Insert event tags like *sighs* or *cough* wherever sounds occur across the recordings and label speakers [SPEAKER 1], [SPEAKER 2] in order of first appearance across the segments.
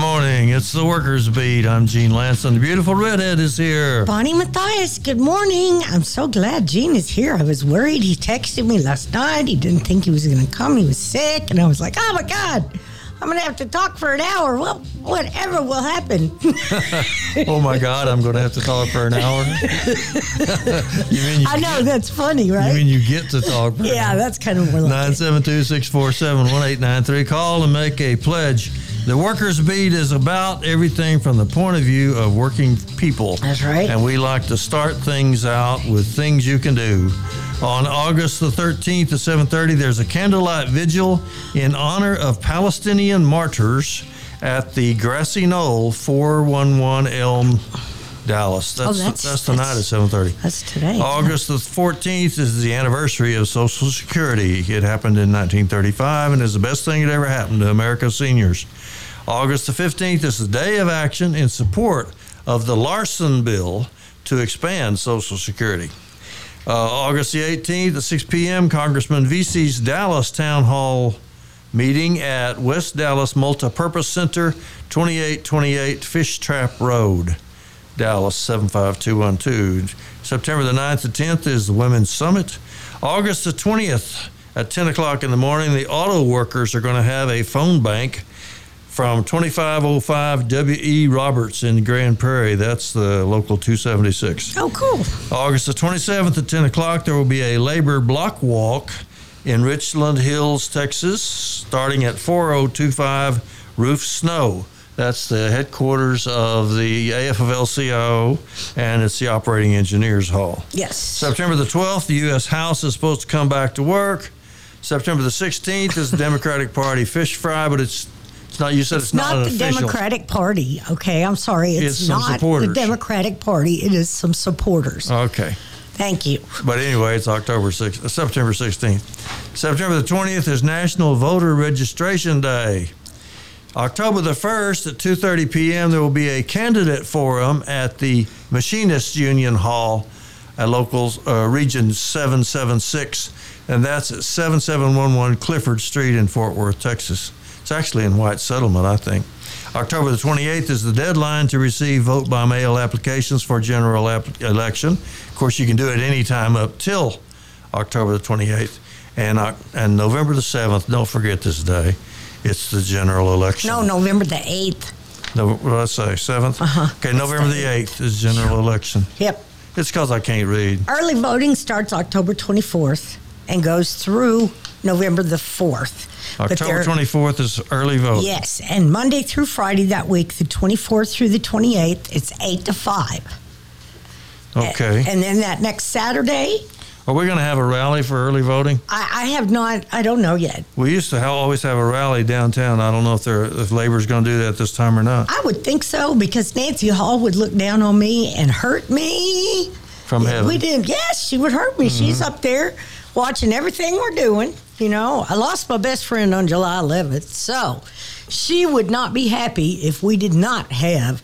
[SPEAKER 1] It's the Workers Beat. I'm Gene Lanson. The beautiful redhead is here.
[SPEAKER 2] Bonnie Matthias, good morning. I'm so glad Gene is here. I was worried. He texted me last night. He didn't think he was going to come. He was sick. And I was like, oh my God, I'm going to have to talk for an hour. Well, whatever will happen. *laughs*
[SPEAKER 1] Oh my God, I'm going to have to talk for an hour. *laughs* you mean you,
[SPEAKER 2] I know, that's funny,
[SPEAKER 1] you mean
[SPEAKER 2] right?
[SPEAKER 1] you get to talk for an
[SPEAKER 2] Yeah, that's kind of more like
[SPEAKER 1] Nine
[SPEAKER 2] it.
[SPEAKER 1] seven two six four seven one eight nine three. Call and make a pledge. The Workers Beat is about everything from the point of view of working people.
[SPEAKER 2] That's right.
[SPEAKER 1] And we like to start things out with things you can do. On August the 13th at 7:30, there's a candlelight vigil in honor of Palestinian martyrs at the Grassy Knoll, 411 Elm, Dallas. That's
[SPEAKER 2] Oh, that's-
[SPEAKER 1] that's tonight
[SPEAKER 2] that's-
[SPEAKER 1] at 7:30.
[SPEAKER 2] That's today.
[SPEAKER 1] August the 14th is the anniversary of Social Security. It happened in 1935 and is the best thing that ever happened to America's seniors. August the 15th is the day of action in support of the Larson bill to expand Social Security. Uh, August the 18th at 6 p.m., Congressman VC's Dallas Town Hall meeting at West Dallas Multipurpose Center, 2828 Fish Trap Road. Dallas 75212. September the 9th to 10th is the Women's Summit. August the 20th at 10 o'clock in the morning, the auto workers are going to have a phone bank from 2505 W.E. E Roberts in Grand Prairie. That's the local 276.
[SPEAKER 2] Oh, cool.
[SPEAKER 1] August the 27th at 10 o'clock, there will be a labor block walk in Richland Hills, Texas, starting at 4025 Roof Snow. That's the headquarters of the AFL-CIO, and it's the Operating Engineers Hall.
[SPEAKER 2] Yes.
[SPEAKER 1] September the 12th, the U.S. House is supposed to come back to work. September the 16th is the Democratic Party fish fry, but it's it's not. You said it's,
[SPEAKER 2] It's not,
[SPEAKER 1] an
[SPEAKER 2] the
[SPEAKER 1] official.
[SPEAKER 2] Democratic Party, okay? I'm sorry.
[SPEAKER 1] It's
[SPEAKER 2] It's,
[SPEAKER 1] some
[SPEAKER 2] not
[SPEAKER 1] supporters.
[SPEAKER 2] the Democratic Party. It is some supporters.
[SPEAKER 1] Okay.
[SPEAKER 2] Thank you.
[SPEAKER 1] But anyway, it's October 6th, uh, September 16th. September the 20th is National Voter Registration Day. October the 1st at 2:30 p.m. there will be a candidate forum at the Machinists Union Hall at local uh, region 776 and that's at 7711 Clifford Street in Fort Worth, Texas. It's actually in White Settlement, I think. October the 28th is the deadline to receive vote by mail applications for general app- election. Of course, you can do it any time up till October the 28th and Oc- and November the 7th. Don't forget this day. It's the general election.
[SPEAKER 2] No, November the 8th.
[SPEAKER 1] No, what did I say? 7th?
[SPEAKER 2] Uh-huh.
[SPEAKER 1] Okay, November the 8th is general election.
[SPEAKER 2] Yep.
[SPEAKER 1] It's because I can't read.
[SPEAKER 2] Early voting starts October 24th and goes through November the 4th. But
[SPEAKER 1] October
[SPEAKER 2] there-
[SPEAKER 1] 24th is early vote.
[SPEAKER 2] Yes, and Monday through Friday that week, the 24th through the 28th, it's 8 to 5.
[SPEAKER 1] Okay.
[SPEAKER 2] And then that next Saturday,
[SPEAKER 1] Are we going to have a rally for early voting?
[SPEAKER 2] I, I have not, I don't know yet.
[SPEAKER 1] We used to ha- always have a rally downtown. I don't know if they're, if labor's going to do that this time or not.
[SPEAKER 2] I would think so because Nancy Hall would look down on me and hurt me.
[SPEAKER 1] From
[SPEAKER 2] Yeah,
[SPEAKER 1] heaven. Mm-hmm.
[SPEAKER 2] We didn't. Yes, she would hurt me. She's up there watching everything we're doing. You know, I lost my best friend on July 11th, so she would not be happy if we did not have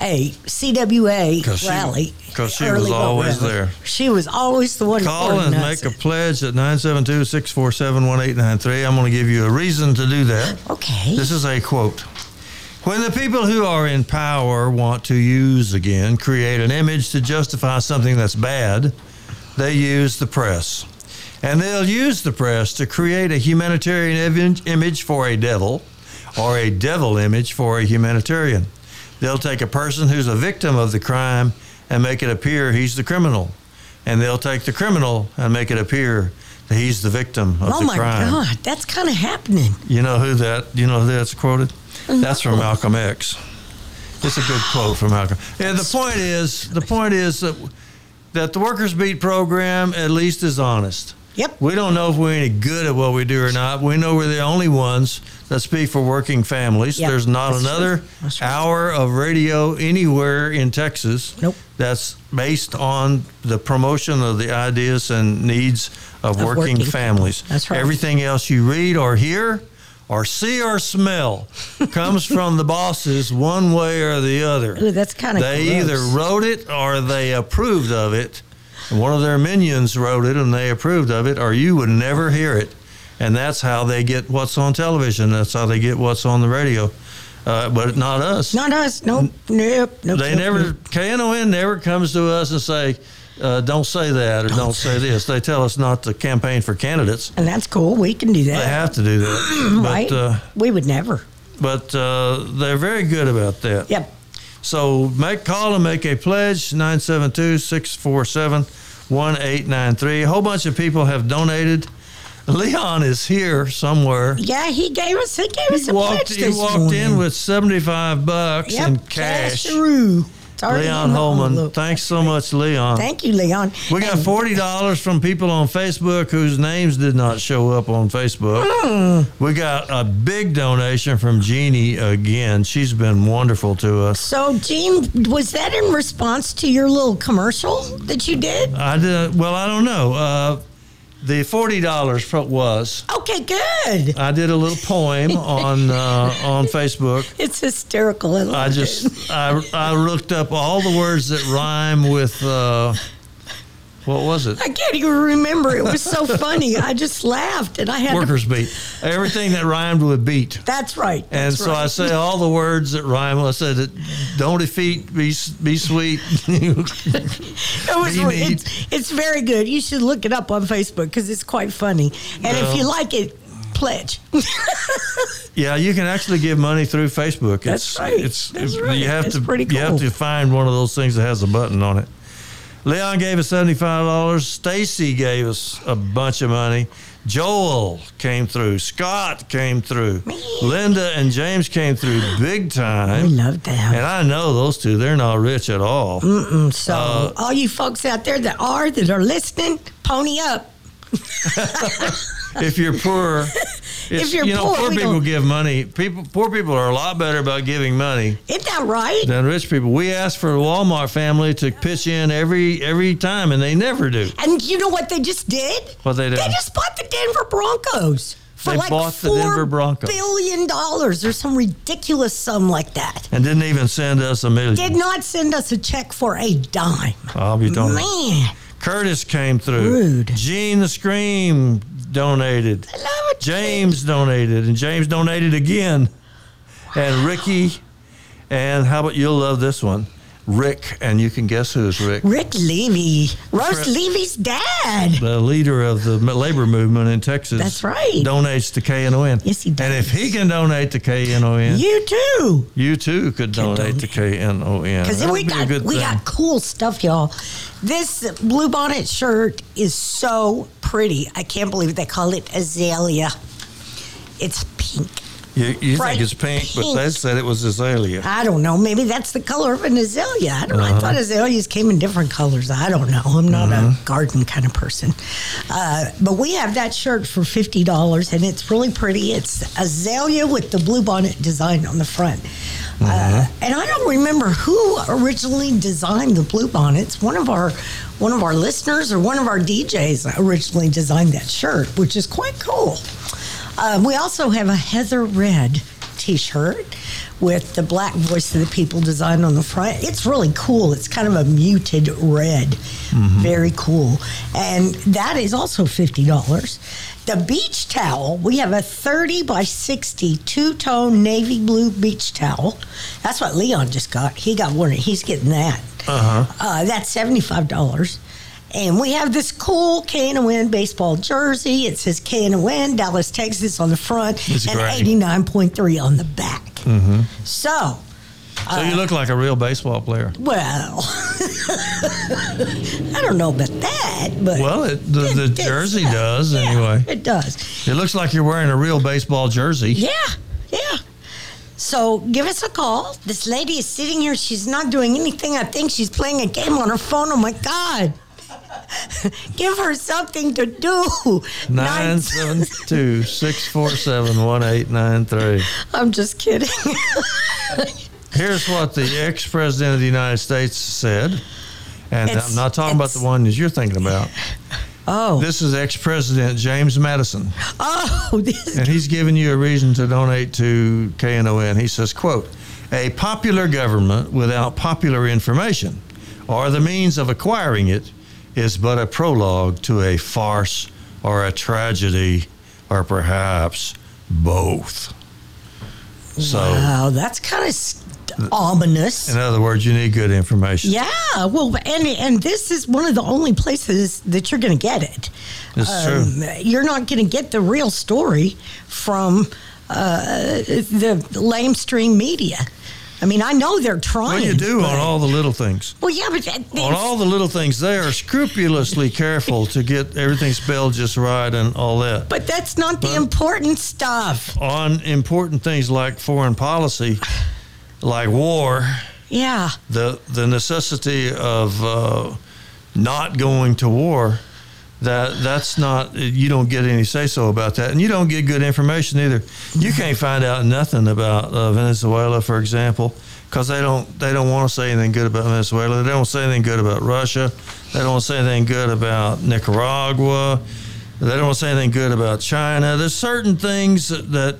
[SPEAKER 2] a CWA
[SPEAKER 1] 'Cause she-
[SPEAKER 2] rally.
[SPEAKER 1] 'cause she
[SPEAKER 2] early
[SPEAKER 1] was
[SPEAKER 2] vote
[SPEAKER 1] always
[SPEAKER 2] rally.
[SPEAKER 1] there.
[SPEAKER 2] She was always the one.
[SPEAKER 1] Call and make a pledge at 972 647 1893. I'm going to give you a reason to do that.
[SPEAKER 2] a. Okay.
[SPEAKER 1] This is a quote. When the people who are in power want to use again, create an image to justify something that's bad, they use the press. And they'll use the press to create a humanitarian ev- image for a devil or a devil image for a humanitarian. They'll take a person who's a victim of the crime and make it appear he's the criminal. And they'll take the criminal and make it appear that he's the victim of
[SPEAKER 2] oh
[SPEAKER 1] the
[SPEAKER 2] my
[SPEAKER 1] crime.
[SPEAKER 2] God, that's kind of happening.
[SPEAKER 1] You know who that? You know who that's quoted? That's from Malcolm X. It's a good quote from Malcolm. And the point is, the point is that that the workers' beat program at least is honest.
[SPEAKER 2] Yep.
[SPEAKER 1] We don't know if we're any good at what we do or not. We know we're the only ones that speak for working families.
[SPEAKER 2] Yep.
[SPEAKER 1] There's not
[SPEAKER 2] That's true.
[SPEAKER 1] another
[SPEAKER 2] That's right.
[SPEAKER 1] hour of radio anywhere in Texas
[SPEAKER 2] Nope.
[SPEAKER 1] that's based on the promotion of the ideas and needs of,
[SPEAKER 2] Of
[SPEAKER 1] working,
[SPEAKER 2] working
[SPEAKER 1] families.
[SPEAKER 2] people. That's right.
[SPEAKER 1] Everything else you read or hear or see or
[SPEAKER 2] *laughs*
[SPEAKER 1] smell comes from the bosses one way or the other.
[SPEAKER 2] Ooh, that's kinda
[SPEAKER 1] They
[SPEAKER 2] gross.
[SPEAKER 1] either wrote it or they approved of it. And one of their minions wrote it and they approved of it, or you would never hear it. And that's how they get what's on television. That's how they get what's on the radio. uh, but not us.
[SPEAKER 2] Not us. Nope. Nope. Nope.
[SPEAKER 1] they
[SPEAKER 2] nope,
[SPEAKER 1] never
[SPEAKER 2] nope.
[SPEAKER 1] KNON never comes to us and say, uh, "Don't say that" or "Don't, say this." They tell us not to campaign for candidates.
[SPEAKER 2] And that's cool. We can do
[SPEAKER 1] They
[SPEAKER 2] that,
[SPEAKER 1] have to do that, but
[SPEAKER 2] *clears throat* right?
[SPEAKER 1] uh,
[SPEAKER 2] we would never.
[SPEAKER 1] but uh, they're very good about that.
[SPEAKER 2] Yep.
[SPEAKER 1] So make call and make a pledge 972-647-1893. A whole bunch of people have donated. Leon is here somewhere.
[SPEAKER 2] Yeah, he gave us. He gave us
[SPEAKER 1] He
[SPEAKER 2] a
[SPEAKER 1] walked,
[SPEAKER 2] pledge
[SPEAKER 1] he
[SPEAKER 2] this
[SPEAKER 1] walked
[SPEAKER 2] morning.
[SPEAKER 1] in with 75 bucks
[SPEAKER 2] yep.
[SPEAKER 1] in cash.
[SPEAKER 2] Casharoo. It's already
[SPEAKER 1] Leon
[SPEAKER 2] in the
[SPEAKER 1] Holman,
[SPEAKER 2] envelope.
[SPEAKER 1] thanks so much, Leon.
[SPEAKER 2] Thank you, Leon.
[SPEAKER 1] we got
[SPEAKER 2] And
[SPEAKER 1] forty dollars from people on Facebook whose names did not show up on Facebook.
[SPEAKER 2] Hmm.
[SPEAKER 1] We got a big donation from Jeannie again. She's been wonderful to us.
[SPEAKER 2] So, Gene, was that in response to your little commercial that you did?
[SPEAKER 1] I did. Well, I don't know. Uh, the forty dollars was.
[SPEAKER 2] Okay, good.
[SPEAKER 1] I did a little
[SPEAKER 2] *laughs*
[SPEAKER 1] poem on uh, on Facebook.
[SPEAKER 2] It's hysterical. I, love
[SPEAKER 1] I
[SPEAKER 2] it.
[SPEAKER 1] just I, I looked up all the words that rhyme with uh, what was it?
[SPEAKER 2] I can't even remember. It was
[SPEAKER 1] *laughs*
[SPEAKER 2] so funny. I just laughed, and I had. To,
[SPEAKER 1] Workers beat. Everything that rhymed with beat.
[SPEAKER 2] that's right.
[SPEAKER 1] And
[SPEAKER 2] That's
[SPEAKER 1] so I
[SPEAKER 2] right.
[SPEAKER 1] say all the words that rhyme. I said, it, "Don't defeat, be be sweet." *laughs*
[SPEAKER 2] It was,
[SPEAKER 1] You need-
[SPEAKER 2] it's, it's very good. You should look it up on Facebook because it's quite funny. And if you like it, pledge.
[SPEAKER 1] yeah, you can actually give money through Facebook.
[SPEAKER 2] That's
[SPEAKER 1] it's,
[SPEAKER 2] right.
[SPEAKER 1] It's
[SPEAKER 2] That's
[SPEAKER 1] you
[SPEAKER 2] right.
[SPEAKER 1] have
[SPEAKER 2] That's
[SPEAKER 1] to
[SPEAKER 2] pretty
[SPEAKER 1] you have
[SPEAKER 2] cool.
[SPEAKER 1] to find one of those things that has a button on it. Leon gave us seventy five dollars. Stacy gave us a bunch of money. Joel came through. Scott came through. Linda and James came through big
[SPEAKER 2] I
[SPEAKER 1] time.
[SPEAKER 2] love
[SPEAKER 1] And
[SPEAKER 2] that.
[SPEAKER 1] I know those two. They're not rich at all.
[SPEAKER 2] Mm, So all you folks out there that are that are listening, pony up.
[SPEAKER 1] if you're
[SPEAKER 2] *laughs*
[SPEAKER 1] poor, if
[SPEAKER 2] you're
[SPEAKER 1] you know,
[SPEAKER 2] poor,
[SPEAKER 1] poor
[SPEAKER 2] we
[SPEAKER 1] people
[SPEAKER 2] don't-
[SPEAKER 1] give money. People, poor people are a lot better about giving money
[SPEAKER 2] Isn't that right?
[SPEAKER 1] than rich people. We ask for the Walmart family to pitch in every every time, and they never do.
[SPEAKER 2] And you know what they just did?
[SPEAKER 1] What they did?
[SPEAKER 2] They just bought the Denver Broncos for
[SPEAKER 1] They
[SPEAKER 2] like
[SPEAKER 1] bought the Denver
[SPEAKER 2] four
[SPEAKER 1] Broncos.
[SPEAKER 2] billion dollars or some ridiculous sum like that.
[SPEAKER 1] And didn't even send us a million.
[SPEAKER 2] Did not send us a check for a dime.
[SPEAKER 1] I'll be darned.
[SPEAKER 2] Man,
[SPEAKER 1] Curtis came through.
[SPEAKER 2] Rude.
[SPEAKER 1] Gene the Scream donated.
[SPEAKER 2] I love it.
[SPEAKER 1] James donated, and James donated again. And Ricky, and how about you'll love this one, Rick, and you can guess who's Rick.
[SPEAKER 2] Rick Levy, Rose
[SPEAKER 1] Fred-
[SPEAKER 2] Levy's dad.
[SPEAKER 1] the leader of the labor movement in Texas.
[SPEAKER 2] That's right.
[SPEAKER 1] Donates to KNON.
[SPEAKER 2] Yes, he
[SPEAKER 1] And
[SPEAKER 2] does.
[SPEAKER 1] if he can donate to KNON, you,
[SPEAKER 2] You too.
[SPEAKER 1] too could donate, to KNON.
[SPEAKER 2] Because
[SPEAKER 1] That
[SPEAKER 2] we
[SPEAKER 1] would be a
[SPEAKER 2] got
[SPEAKER 1] good
[SPEAKER 2] we
[SPEAKER 1] thing.
[SPEAKER 2] got cool stuff, y'all. This blue bonnet shirt is so pretty. I can't believe they call it azalea. It's pink.
[SPEAKER 1] you you think
[SPEAKER 2] bright
[SPEAKER 1] it's pink, but
[SPEAKER 2] pink.
[SPEAKER 1] they said it was azalea.
[SPEAKER 2] I don't know. Maybe that's the color of an azalea. I don't know. I thought azaleas came in different colors. I don't know. I'm not a garden kind of person. Uh, but we have that shirt for fifty dollars, and it's really pretty. It's azalea with the blue bonnet design on the front. Uh, and I don't remember who originally designed the blue bonnets. One of our one of our listeners or one of our DJs originally designed that shirt, which is quite cool. Um, we also have a heather red T-shirt with the black voice of the people design on the front. It's really cool. It's kind of a muted red, very cool, and that is also fifty dollars. The beach towel we have a thirty by sixty two tone navy blue beach towel. That's what Leon just got. He got one. He's getting that. Uh-huh. that's seventy five dollars. And we have this cool KNON baseball jersey. It says KNON, Dallas, Texas on the front,
[SPEAKER 1] It's
[SPEAKER 2] and
[SPEAKER 1] great. Mm-hmm.
[SPEAKER 2] 89.3 on the back. So, Uh-uh.
[SPEAKER 1] so you look like a real baseball player.
[SPEAKER 2] well, *laughs* I don't know about that, but.
[SPEAKER 1] Well, it, the, the
[SPEAKER 2] It- it's-
[SPEAKER 1] jersey
[SPEAKER 2] yeah,
[SPEAKER 1] does,
[SPEAKER 2] yeah,
[SPEAKER 1] anyway.
[SPEAKER 2] It does.
[SPEAKER 1] It looks like you're wearing a real baseball jersey.
[SPEAKER 2] Yeah, yeah. So give us a call. This lady is sitting here. She's not doing anything. I think she's playing a game on her phone. Oh my God. *laughs* give her something to do.
[SPEAKER 1] Nine
[SPEAKER 2] *laughs*
[SPEAKER 1] seven two six four seven one eight nine three.
[SPEAKER 2] I'm
[SPEAKER 1] *laughs*
[SPEAKER 2] just kidding.
[SPEAKER 1] Here's what the ex president of the United States said, and
[SPEAKER 2] It's-
[SPEAKER 1] I'm not talking about
[SPEAKER 2] it's-
[SPEAKER 1] the one that you're thinking about.
[SPEAKER 2] Oh,
[SPEAKER 1] This is ex president James Madison,
[SPEAKER 2] oh, this,
[SPEAKER 1] and he's giving you a reason to donate to KNON. He says, "quote A popular government without popular information, or the means of acquiring it, is but a prologue to a farce or a tragedy, or perhaps both." So,
[SPEAKER 2] wow, that's kind of st- ominous.
[SPEAKER 1] in other words, you need good information.
[SPEAKER 2] Yeah, well, and and this is one of the only places that you're going to get it. Um,
[SPEAKER 1] It's
[SPEAKER 2] Oh,
[SPEAKER 1] true.
[SPEAKER 2] You're not going to get the real story from uh, the lamestream media. I mean, I know they're trying.
[SPEAKER 1] Well, you do
[SPEAKER 2] but-
[SPEAKER 1] on all the little things.
[SPEAKER 2] Well, yeah, but that-
[SPEAKER 1] On all the little things, they are scrupulously careful to get everything spelled just right and all that.
[SPEAKER 2] but that's not the important stuff.
[SPEAKER 1] on important things like foreign policy, like war,
[SPEAKER 2] Yeah,
[SPEAKER 1] the the necessity of uh, not going to war. That that's not you don't get any say so about that, and you don't get good information either. You can't find out nothing about uh, Venezuela, for example, because they don't they don't want to say anything good about Venezuela. They don't say anything good about Russia. They don't say anything good about Nicaragua. They don't say anything good about China. There's certain things that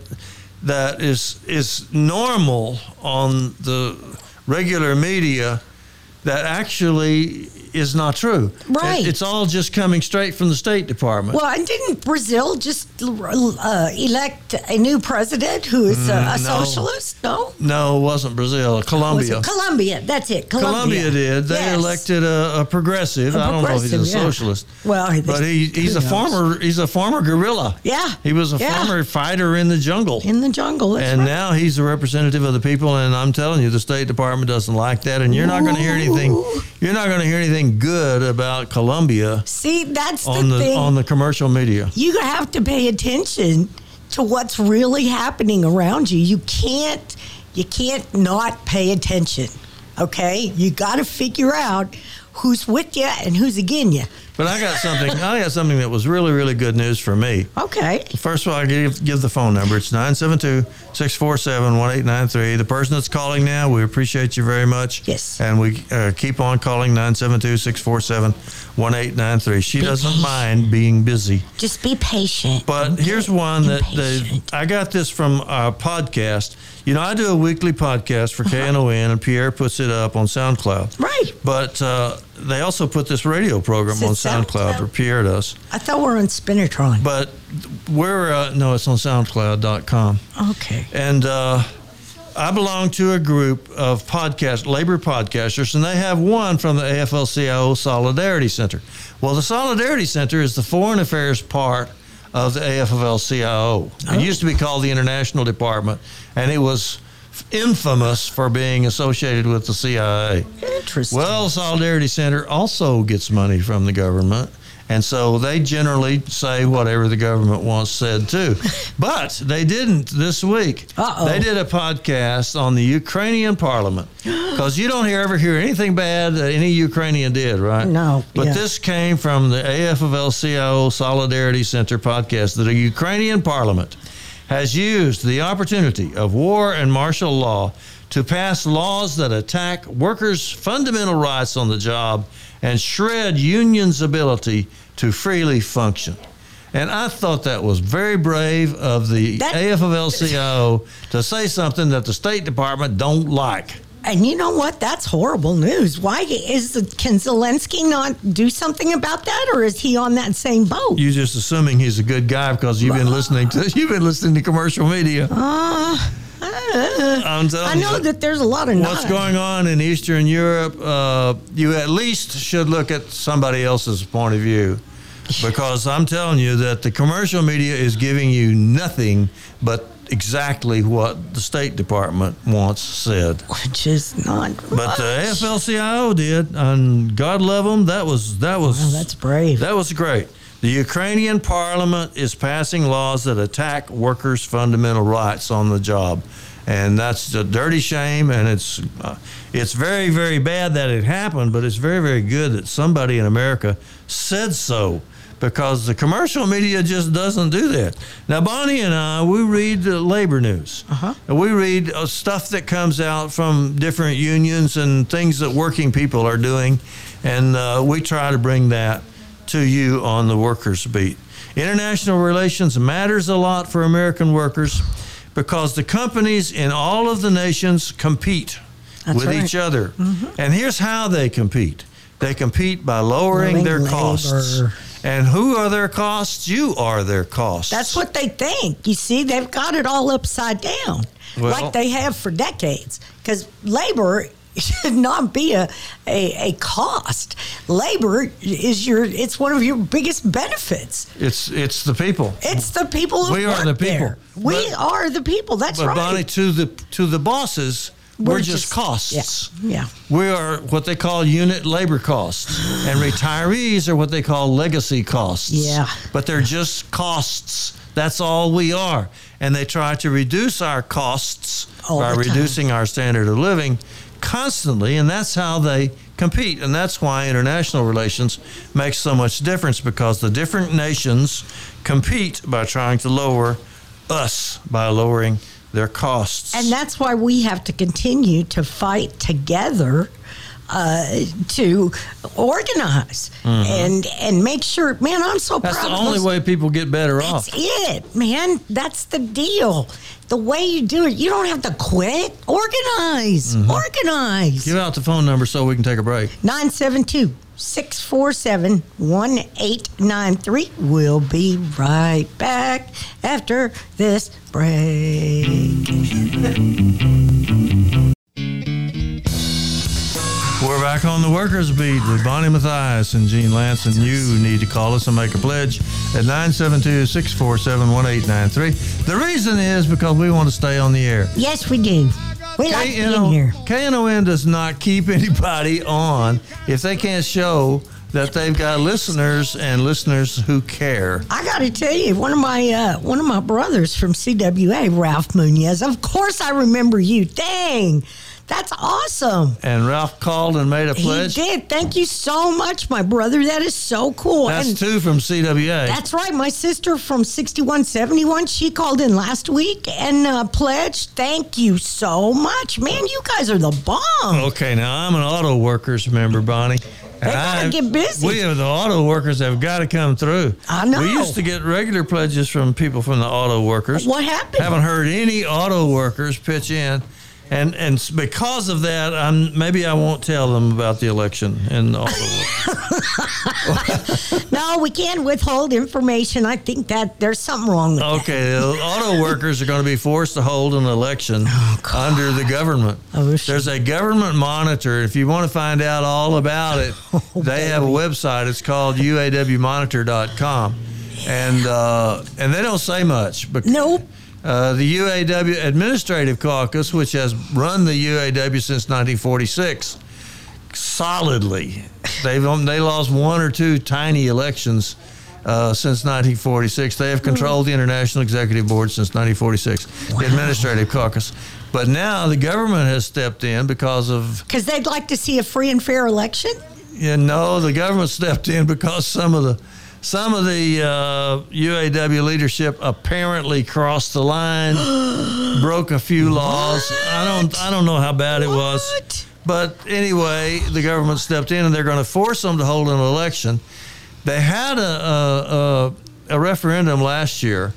[SPEAKER 1] that is is normal on the regular media that actually is not true.
[SPEAKER 2] Right.
[SPEAKER 1] It- it's all just coming straight from the State Department.
[SPEAKER 2] well, and didn't Brazil just uh, elect a new president who is a, a
[SPEAKER 1] Mm, no.
[SPEAKER 2] socialist? No,
[SPEAKER 1] no, it wasn't Brazil.
[SPEAKER 2] Was Oh, it
[SPEAKER 1] Colombia.
[SPEAKER 2] Colombia. That's it. Colombia,
[SPEAKER 1] Colombia did. They
[SPEAKER 2] Yes.
[SPEAKER 1] elected a, a progressive.
[SPEAKER 2] A
[SPEAKER 1] I don't know if he's a
[SPEAKER 2] progressive, yeah.
[SPEAKER 1] socialist.
[SPEAKER 2] Well, he-
[SPEAKER 1] but he, he's
[SPEAKER 2] who
[SPEAKER 1] a
[SPEAKER 2] knows?
[SPEAKER 1] former he's a former guerrilla.
[SPEAKER 2] Yeah.
[SPEAKER 1] He was a
[SPEAKER 2] Yeah.
[SPEAKER 1] former fighter in the jungle.
[SPEAKER 2] in the jungle. That's
[SPEAKER 1] and
[SPEAKER 2] right.
[SPEAKER 1] now he's a representative of the people and i'm telling you the state department doesn't like that and you're not going to hear anything
[SPEAKER 2] Ooh.
[SPEAKER 1] you're not going to hear anything good about colombia
[SPEAKER 2] See, that's the,
[SPEAKER 1] on the
[SPEAKER 2] thing.
[SPEAKER 1] on the commercial media
[SPEAKER 2] you have to pay attention to what's really happening around you. You can't you can't not pay attention. Okay? You got to figure out who's with you and who's against you.
[SPEAKER 1] but i got something i got something that was really really good news for me
[SPEAKER 2] Okay.
[SPEAKER 1] First of all, I give, give the phone number. It's 972 647 1893. The person that's calling now, we appreciate you very much.
[SPEAKER 2] Yes.
[SPEAKER 1] And we uh, keep on calling 972 647 1893. She doesn't
[SPEAKER 2] patient.
[SPEAKER 1] mind being busy.
[SPEAKER 2] Just be patient.
[SPEAKER 1] But here's one that the,
[SPEAKER 2] impatient.
[SPEAKER 1] I got this from a podcast. You know, I do a weekly podcast for KNON, and Pierre puts it up on SoundCloud.
[SPEAKER 2] Uh-huh. Right.
[SPEAKER 1] But uh, they also put this radio program
[SPEAKER 2] Is it
[SPEAKER 1] on SoundCloud,
[SPEAKER 2] SoundCloud?
[SPEAKER 1] or Pierre does.
[SPEAKER 2] I thought we were on Spinnertron.
[SPEAKER 1] But we're, uh, no, it's on SoundCloud.com.
[SPEAKER 2] okay.
[SPEAKER 1] And uh, I belong to a group of podcast labor podcasters, and they have one from the AFL-CIO Solidarity Center. Well, the Solidarity Center is the foreign affairs part of the AFL-CIO. It used to be called the International Department, and it was infamous for being associated with the CIA.
[SPEAKER 2] Interesting.
[SPEAKER 1] Well, Solidarity Center also gets money from the government. And so they generally say whatever the government wants said
[SPEAKER 2] *laughs*
[SPEAKER 1] too. But they didn't this week.
[SPEAKER 2] Uh-oh.
[SPEAKER 1] They did a podcast on the Ukrainian parliament because you don't hear, ever hear anything bad that any Ukrainian did, right?
[SPEAKER 2] No,
[SPEAKER 1] But
[SPEAKER 2] yeah.
[SPEAKER 1] this came from the AFL-CIO Solidarity Center podcast that the Ukrainian parliament has used the opportunity of war and martial law to pass laws that attack workers' fundamental rights on the job and shred unions' ability to freely function. And I thought that was very brave of the
[SPEAKER 2] That-
[SPEAKER 1] AFL-CIO to say something that the State Department don't like.
[SPEAKER 2] and you know what? That's horrible news. Why is the, can Zelensky not do something about that, or is he on that same boat?
[SPEAKER 1] You're just assuming he's a good guy because you've been listening to you've been listening to commercial media. I'm telling
[SPEAKER 2] Uh, I know
[SPEAKER 1] you.
[SPEAKER 2] that there's a lot of
[SPEAKER 1] What's
[SPEAKER 2] not-
[SPEAKER 1] going on in Eastern Europe? Uh, you at least should look at somebody else's point of view, because I'm telling you that the commercial media is giving you nothing but exactly what the State Department wants said.
[SPEAKER 2] which is not.
[SPEAKER 1] But uh, the AFL-CIO did, and God love them. That was that was
[SPEAKER 2] Wow, Oh, that's brave.
[SPEAKER 1] That was great. The Ukrainian parliament is passing laws that attack workers' fundamental rights on the job, and that's a dirty shame. And it's uh, it's very very bad that it happened, but it's very very good that somebody in America said so. Because the commercial media just doesn't do that. Now, Bonnie and I, we read the labor news. Uh-huh. We read uh, stuff that comes out from different unions and things that working people are doing. And uh, we try to bring that to you on the workers' beat. International relations matters a lot for American workers because the companies in all of the nations compete
[SPEAKER 2] That's
[SPEAKER 1] with
[SPEAKER 2] right. Mm-hmm.
[SPEAKER 1] each other. And here's how they compete they compete by lowering
[SPEAKER 2] Lowering
[SPEAKER 1] their costs.
[SPEAKER 2] labor.
[SPEAKER 1] And who are their costs? You are their costs.
[SPEAKER 2] That's what they think. You see, they've got it all upside down.
[SPEAKER 1] Well-
[SPEAKER 2] like they have for decades, because labor *laughs* should not be a, a, a cost. Labor is your it's one of your biggest benefits.
[SPEAKER 1] It's it's the people.
[SPEAKER 2] It's the people who
[SPEAKER 1] We are
[SPEAKER 2] work
[SPEAKER 1] the people.
[SPEAKER 2] there. We
[SPEAKER 1] But-
[SPEAKER 2] are the people. That's
[SPEAKER 1] but
[SPEAKER 2] right.
[SPEAKER 1] Bonnie, to the to the bosses, we're,
[SPEAKER 2] We're
[SPEAKER 1] just,
[SPEAKER 2] just-
[SPEAKER 1] costs.
[SPEAKER 2] yeah,
[SPEAKER 1] We are what they call unit labor costs, and retirees are what they call legacy costs.
[SPEAKER 2] Yeah.
[SPEAKER 1] But they're just costs. That's all we are. And they try to reduce our costs
[SPEAKER 2] All
[SPEAKER 1] by
[SPEAKER 2] the time.
[SPEAKER 1] reducing our standard of living constantly, and that's how they compete. And that's why international relations makes so much difference because the different nations compete by trying to lower us by lowering their costs.
[SPEAKER 2] and that's why we have to continue to fight together uh, to organize and and make sure. Man, I'm so
[SPEAKER 1] Mm-hmm. that's
[SPEAKER 2] proud.
[SPEAKER 1] the
[SPEAKER 2] of
[SPEAKER 1] only
[SPEAKER 2] those-
[SPEAKER 1] way people get better off.
[SPEAKER 2] That's it, man. That's the deal. The way you do it, you don't have to quit. Organize,
[SPEAKER 1] Mm-hmm.
[SPEAKER 2] organize.
[SPEAKER 1] Give out the phone number so we can take a break.
[SPEAKER 2] 972 647 1893. We'll be right back after this break.
[SPEAKER 1] We're back on the workers' beat with Bonnie Mathias and Gene Lance, and you need to call us and make a pledge at 972 647 1893. The reason is because we want to stay on the air.
[SPEAKER 2] Yes, we do. We like being here.
[SPEAKER 1] KNON does not keep *laughs* anybody on if they can't show that they've got listeners and listeners who care.
[SPEAKER 2] I got to tell you, one of my uh, one of my brothers from CWA, Ralph Munoz. Of course, I remember you. Dang, that's awesome.
[SPEAKER 1] And Ralph called and made a pledge.
[SPEAKER 2] He did. Thank you so much, my brother. That is so cool.
[SPEAKER 1] That's
[SPEAKER 2] and
[SPEAKER 1] two from CWA.
[SPEAKER 2] that's right. My sister from 6171, she called in last week and uh, pledged. Thank you so much. Man, you guys are the bomb.
[SPEAKER 1] Okay, now I'm an auto workers member, Bonnie. and
[SPEAKER 2] gotta
[SPEAKER 1] I-
[SPEAKER 2] get busy.
[SPEAKER 1] We have the auto workers have got to come through.
[SPEAKER 2] I know.
[SPEAKER 1] We used to get regular pledges from people from the auto workers.
[SPEAKER 2] What happened?
[SPEAKER 1] Haven't heard any auto workers pitch in, and and s- because of that, I'm maybe I won't tell them about the election and the auto workers.
[SPEAKER 2] no, we can't withhold information. I think that there's something wrong with
[SPEAKER 1] *laughs* Okay, the auto workers are going to be forced to hold an election under the government.
[SPEAKER 2] Oh, I wish-
[SPEAKER 1] There's a government monitor. If you want to find out all about
[SPEAKER 2] *laughs*
[SPEAKER 1] it,
[SPEAKER 2] Oh,
[SPEAKER 1] they have a website. It's called uawmonitor.com. And uh, and they don't say much. But
[SPEAKER 2] Nope.
[SPEAKER 1] Uh, the UAW Administrative Caucus, which has run the UAW since 1946, solidly. They've um, they lost one or two tiny elections uh, since 1946. They have controlled the International Executive Board since 1946, the Administrative Caucus. But now the government has stepped in because of
[SPEAKER 2] Because they'd like to see a free and fair election.
[SPEAKER 1] you know the government stepped in because some of the some of the uh, UAW leadership apparently crossed the line, broke a few laws. I don't I don't know how bad it was,
[SPEAKER 2] What?
[SPEAKER 1] but anyway, the government stepped in and they're going to force them to hold an election. They had a a, a, a referendum last year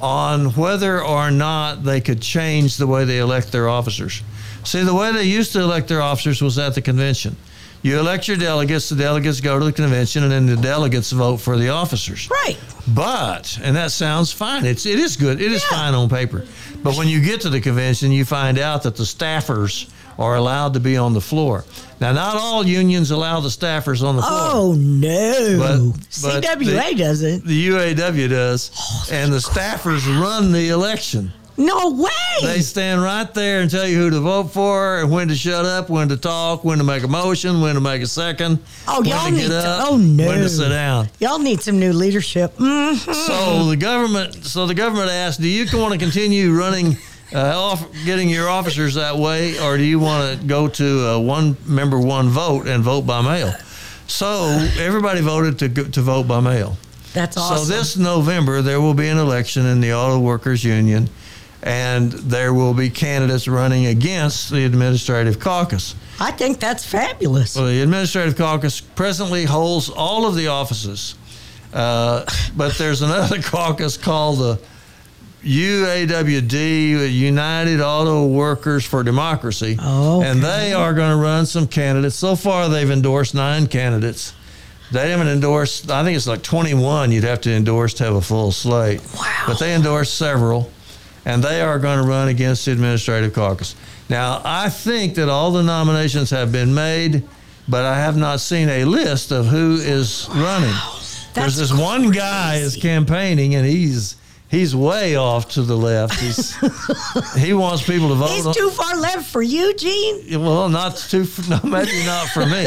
[SPEAKER 1] on whether or not they could change the way they elect their officers. See, the way they used to elect their officers was at the convention. You elect your delegates, the delegates go to the convention, and then the delegates vote for the officers.
[SPEAKER 2] Right.
[SPEAKER 1] But and that sounds fine. It's it is good. It is
[SPEAKER 2] Yeah.
[SPEAKER 1] fine on paper. But when you get to the convention, you find out that the staffers are allowed to be on the floor. Now, not all unions allow the staffers on the floor.
[SPEAKER 2] Oh, no.
[SPEAKER 1] But- but
[SPEAKER 2] CWA
[SPEAKER 1] the-
[SPEAKER 2] doesn't.
[SPEAKER 1] The UAW does,
[SPEAKER 2] Oh,
[SPEAKER 1] and the staffers run the election.
[SPEAKER 2] No way.
[SPEAKER 1] They stand right there and tell you who to vote for and when to shut up, when to talk, when to make a motion, when to make a second.
[SPEAKER 2] Oh,
[SPEAKER 1] when
[SPEAKER 2] y'all
[SPEAKER 1] to get
[SPEAKER 2] need to-
[SPEAKER 1] up,
[SPEAKER 2] oh, no.
[SPEAKER 1] when to sit down.
[SPEAKER 2] Y'all need some new leadership. Mhm.
[SPEAKER 1] So the government, so the government asked, do you want to continue running, uh, off, getting your officers that way, or do you want to go to a one member one vote and vote by mail? So everybody voted to go- to vote by mail.
[SPEAKER 2] That's awesome.
[SPEAKER 1] So this November there will be an election in the Auto Workers Union, and there will be candidates running against the Administrative Caucus.
[SPEAKER 2] I think that's fabulous.
[SPEAKER 1] Well, the Administrative Caucus presently holds all of the offices, uh, *laughs* but there's another *laughs* caucus called the UAWD, United Auto Workers for Democracy,
[SPEAKER 2] Oh,
[SPEAKER 1] and they are going to run some candidates. So far, they've endorsed nine candidates. They haven't endorsed. I think it's like 21. You'd have to endorse to have a full slate.
[SPEAKER 2] Wow.
[SPEAKER 1] But they endorsed several, and they are going to run against the administrative caucus. Now, I think that all the nominations have been made, but I have not seen a list of who is running. There's
[SPEAKER 2] That's
[SPEAKER 1] this one guy is campaigning, and he's he's way off to the left. He's,
[SPEAKER 2] *laughs*
[SPEAKER 1] he wants people to vote.
[SPEAKER 2] He's
[SPEAKER 1] on-
[SPEAKER 2] too far left for you, Gene,
[SPEAKER 1] well, not too. *laughs* No, maybe not for
[SPEAKER 2] *laughs*
[SPEAKER 1] me,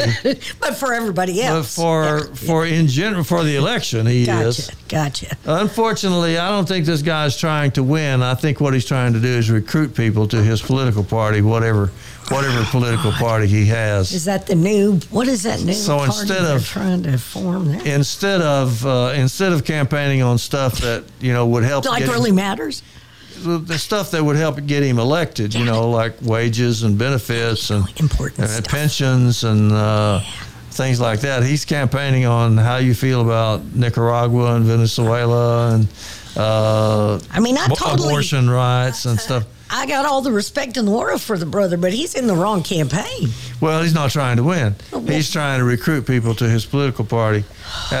[SPEAKER 2] but for everybody
[SPEAKER 1] but
[SPEAKER 2] else.
[SPEAKER 1] for for in general for the election, he
[SPEAKER 2] gotcha,
[SPEAKER 1] is.
[SPEAKER 2] gotcha.
[SPEAKER 1] Unfortunately, I don't think this guy's trying to win. I think what he's trying to do is recruit people to his political party, whatever whatever political party he has.
[SPEAKER 2] Is that the new? What is that new?
[SPEAKER 1] So
[SPEAKER 2] party
[SPEAKER 1] instead
[SPEAKER 2] they're
[SPEAKER 1] of-
[SPEAKER 2] trying to form now?
[SPEAKER 1] Instead of uh, instead of campaigning on stuff that you know would help
[SPEAKER 2] like
[SPEAKER 1] get
[SPEAKER 2] really matters.
[SPEAKER 1] the the stuff that would help get him elected, you know, like wages and benefits and
[SPEAKER 2] Important
[SPEAKER 1] and
[SPEAKER 2] stuff.
[SPEAKER 1] pensions and uh, things like that. He's campaigning on how you feel about Nicaragua and Venezuela and uh,
[SPEAKER 2] I mean, I
[SPEAKER 1] ab-
[SPEAKER 2] totally-
[SPEAKER 1] abortion rights and stuff.
[SPEAKER 2] I got all the respect in the world for the brother, but he's in the wrong campaign.
[SPEAKER 1] Well, he's not trying to win.
[SPEAKER 2] Well-
[SPEAKER 1] He's trying to recruit people to his political
[SPEAKER 2] *sighs*
[SPEAKER 1] party. Uh,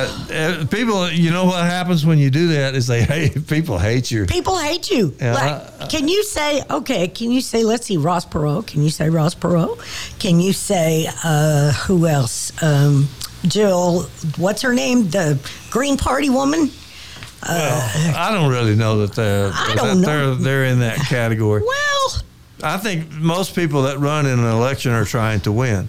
[SPEAKER 1] uh, people, you know what happens when you do that is they *laughs* hate, people hate you.
[SPEAKER 2] People hate you.
[SPEAKER 1] Yeah,
[SPEAKER 2] like, can you say okay? Can you say let's see Ross Perot? Can you say Ross Perot? Can you say uh, who else? Um, Jill, what's her name? The Green Party woman.
[SPEAKER 1] I don't really know that they're
[SPEAKER 2] I
[SPEAKER 1] that
[SPEAKER 2] don't
[SPEAKER 1] they're
[SPEAKER 2] know.
[SPEAKER 1] they're in that category.
[SPEAKER 2] Well,
[SPEAKER 1] I think most people that run in an election are trying to win.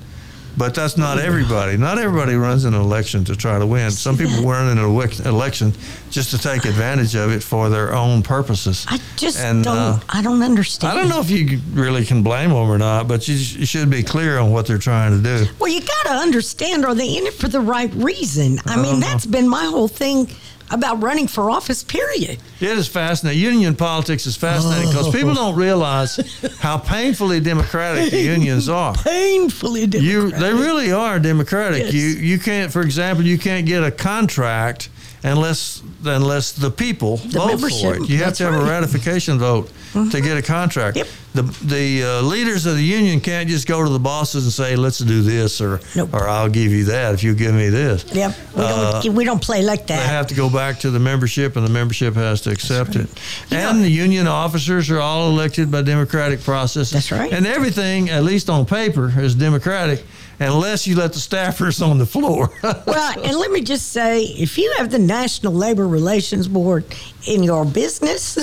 [SPEAKER 1] But that's not everybody. Not everybody runs an election to try to win. Some
[SPEAKER 2] *laughs*
[SPEAKER 1] people run in an elec- election just to take advantage of it for their own purposes.
[SPEAKER 2] I just
[SPEAKER 1] And,
[SPEAKER 2] don't.
[SPEAKER 1] uh,
[SPEAKER 2] I don't understand.
[SPEAKER 1] I don't know if you really can blame them or not, but you, sh- you should be clear on what they're trying to do.
[SPEAKER 2] Well, you got to understand, are they in it for the right reason? I, mean,
[SPEAKER 1] Uh-huh.
[SPEAKER 2] that's been my whole thing about running for office, period.
[SPEAKER 1] It is fascinating. Union politics is fascinating because
[SPEAKER 2] Oh.
[SPEAKER 1] people don't realize how painfully democratic the
[SPEAKER 2] *laughs*
[SPEAKER 1] unions are.
[SPEAKER 2] Painfully
[SPEAKER 1] You,
[SPEAKER 2] different.
[SPEAKER 1] they really are democratic.
[SPEAKER 2] Yes.
[SPEAKER 1] You, you can't, for example, you can't get a contract unless unless the people vote for
[SPEAKER 2] membership.
[SPEAKER 1] it. You have
[SPEAKER 2] That's
[SPEAKER 1] to have a
[SPEAKER 2] right.
[SPEAKER 1] ratification vote to get a contract.
[SPEAKER 2] Yep.
[SPEAKER 1] The the uh, leaders of the union can't just go to the bosses and say, "Let's do this," or
[SPEAKER 2] Nope.
[SPEAKER 1] or "I'll give you that if you give me this."
[SPEAKER 2] Yep, we don't, we don't play like
[SPEAKER 1] Uh, They
[SPEAKER 2] that.
[SPEAKER 1] have to go back to the membership, and the membership has to accept it.
[SPEAKER 2] You
[SPEAKER 1] And
[SPEAKER 2] know-
[SPEAKER 1] the union officers are all elected by democratic process.
[SPEAKER 2] That's right.
[SPEAKER 1] And everything, at least on paper, is democratic, unless you let the staffers on the floor. *laughs*
[SPEAKER 2] Well, and let me just say if you have the National Labor Relations Board in your business,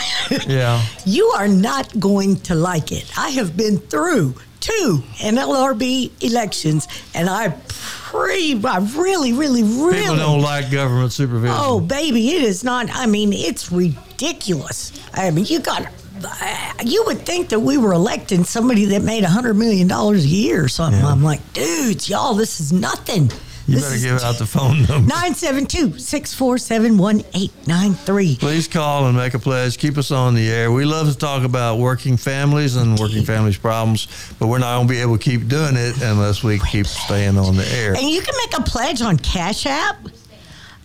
[SPEAKER 1] *laughs* yeah.
[SPEAKER 2] you are not going to like it. I have been through two NLRB elections, and I pre, I really, really, really
[SPEAKER 1] People don't like government supervision.
[SPEAKER 2] Oh, baby, it is not. I mean, it's ridiculous. I mean, you got. You would think that we were electing somebody that made hundred million dollars a year or something. I'm like, dudes, y'all, this is nothing.
[SPEAKER 1] you
[SPEAKER 2] this
[SPEAKER 1] better
[SPEAKER 2] is
[SPEAKER 1] give out the phone number.
[SPEAKER 2] 972-647-1893.
[SPEAKER 1] Please call and make a pledge. Keep us on the air. We love to talk about working families and working families' problems, but we're not going to be able to keep doing it unless we keep staying on the air.
[SPEAKER 2] And you can make a pledge on Cash App.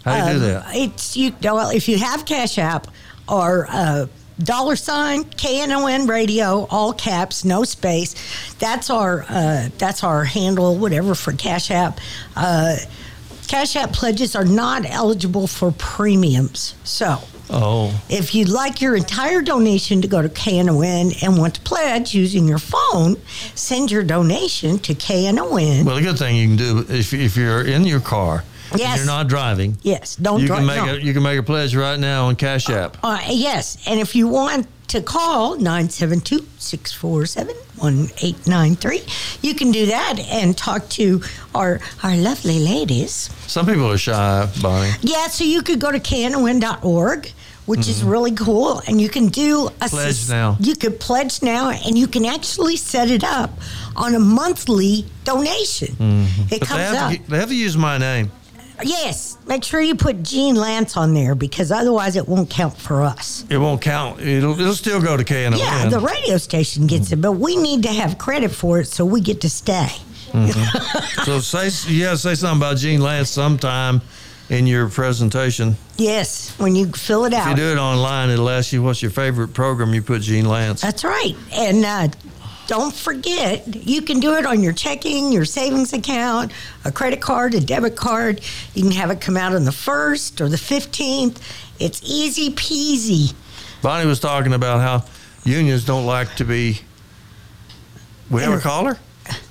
[SPEAKER 1] How do you do
[SPEAKER 2] Um,
[SPEAKER 1] that?
[SPEAKER 2] It's you. Well, if you have Cash App or uh, dollar sign KNON Radio, all caps, no space. That's our uh, that's our handle, whatever for Cash App. Uh, Cash App pledges are not eligible for premiums, so.
[SPEAKER 1] Oh.
[SPEAKER 2] If you'd like your entire donation to go to KNON and want to pledge using your phone, send your donation to KNON.
[SPEAKER 1] Well, the good thing you can do if, if you're in your car, and
[SPEAKER 2] Yes.
[SPEAKER 1] you're not driving,
[SPEAKER 2] yes, don't
[SPEAKER 1] you
[SPEAKER 2] dri-
[SPEAKER 1] can make
[SPEAKER 2] no.
[SPEAKER 1] a you can make a pledge right now on Cash App.
[SPEAKER 2] Uh, yes, and if you want to call 972-647-1893, you can do that and talk to our our lovely ladies.
[SPEAKER 1] Some people are shy, Bonnie.
[SPEAKER 2] Yeah, so you could go to canowin.org, which is really cool, and you can do a
[SPEAKER 1] Mm-hmm. Pledge now.
[SPEAKER 2] You could pledge now, and you can actually set it up on a monthly donation. It
[SPEAKER 1] Mm-hmm. But they
[SPEAKER 2] comes
[SPEAKER 1] have,
[SPEAKER 2] up.
[SPEAKER 1] to, get- they have to use my name.
[SPEAKER 2] yes, make sure you put Gene Lance on there because otherwise it won't count for us.
[SPEAKER 1] It won't count. It'll, it'll still go to KNON.
[SPEAKER 2] Yeah, the radio station gets
[SPEAKER 1] Mm.
[SPEAKER 2] it, but we need to have credit for it so we get to stay.
[SPEAKER 1] so say yeah, say something about Gene Lance sometime in your presentation.
[SPEAKER 2] Yes, when you fill it
[SPEAKER 1] If you
[SPEAKER 2] out.
[SPEAKER 1] do it online, it'll ask you what's your favorite program. You put Gene Lance.
[SPEAKER 2] That's right. And uh, don't forget, you can do it on your checking, your savings account, a credit card, a debit card. You can have it come out on the 1st or the 15th. It's easy peasy.
[SPEAKER 1] Bonnie was talking about how unions don't like to be. We have a caller?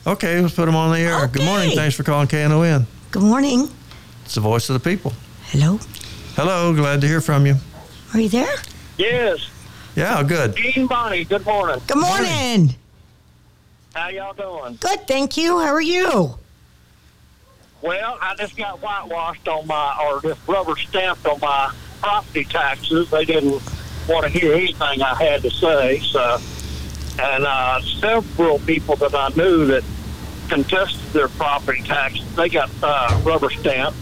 [SPEAKER 1] Okay, let's put them on the air. Good morning.
[SPEAKER 2] Okay.
[SPEAKER 1] Thanks for calling KNON.
[SPEAKER 2] Good morning.
[SPEAKER 1] It's the voice of the people.
[SPEAKER 2] Hello.
[SPEAKER 1] Hello, glad to hear from you.
[SPEAKER 2] Are you there?
[SPEAKER 3] Yes,
[SPEAKER 1] Yeah, good.
[SPEAKER 3] Gene Bonnie. Good morning.
[SPEAKER 2] Good morning.
[SPEAKER 3] How y'all doing?
[SPEAKER 2] Good, thank you. How are you?
[SPEAKER 3] Well, I just got whitewashed on my, or just rubber stamped on my property taxes. They didn't want to hear anything I had to say. So, and uh, several people that I knew that contested their property taxes, they got uh, rubber stamped.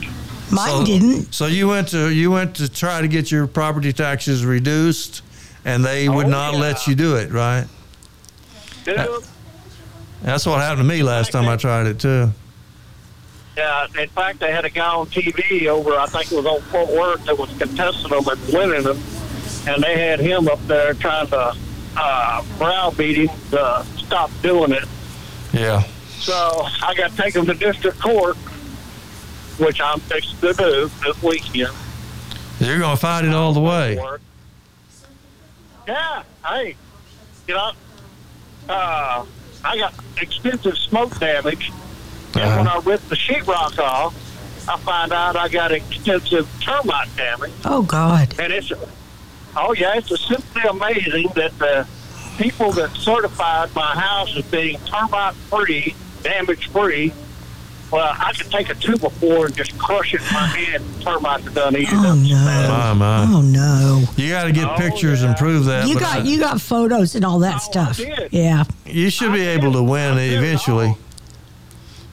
[SPEAKER 2] Mine
[SPEAKER 1] So-
[SPEAKER 2] didn't.
[SPEAKER 1] So you went to you went to try to get your property taxes reduced, and they would
[SPEAKER 3] Oh,
[SPEAKER 1] not let
[SPEAKER 3] yeah.
[SPEAKER 1] you do it. Right?
[SPEAKER 3] Dude,
[SPEAKER 1] That's what happened to me last time I tried it too.
[SPEAKER 3] Uh, in fact, they had a guy on TV over, I think it was on Fort Worth, that was contesting them and winning them. And they had him up there trying to uh, browbeat him to stop doing it.
[SPEAKER 1] Yeah.
[SPEAKER 3] So I got to take him to district court, which I'm fixing to do this weekend.
[SPEAKER 1] You're gonna fight it all the way.
[SPEAKER 3] Work. Yeah, hey, you know, uh, I got extensive smoke damage,
[SPEAKER 1] Uh-huh.
[SPEAKER 3] and when I rip the sheetrock off, I find out I got extensive termite damage,
[SPEAKER 2] Oh God.
[SPEAKER 3] and it's oh yeah, it's simply amazing that the people that certified my house as being termite free, damage free. Well, I could take a two before and just crush it in my hand. and Termites are done eating.
[SPEAKER 2] Oh
[SPEAKER 3] up.
[SPEAKER 1] My
[SPEAKER 2] no.
[SPEAKER 1] my.
[SPEAKER 2] Oh no.
[SPEAKER 1] You got to get
[SPEAKER 3] Oh,
[SPEAKER 1] pictures and
[SPEAKER 3] yeah.
[SPEAKER 1] prove that.
[SPEAKER 2] You
[SPEAKER 1] but I-
[SPEAKER 2] got you got photos and all that
[SPEAKER 3] Oh, I
[SPEAKER 2] stuff.
[SPEAKER 3] did.
[SPEAKER 2] Yeah.
[SPEAKER 1] you should be
[SPEAKER 3] I
[SPEAKER 1] able to
[SPEAKER 3] did-
[SPEAKER 1] win
[SPEAKER 3] I did it
[SPEAKER 1] eventually.
[SPEAKER 3] all.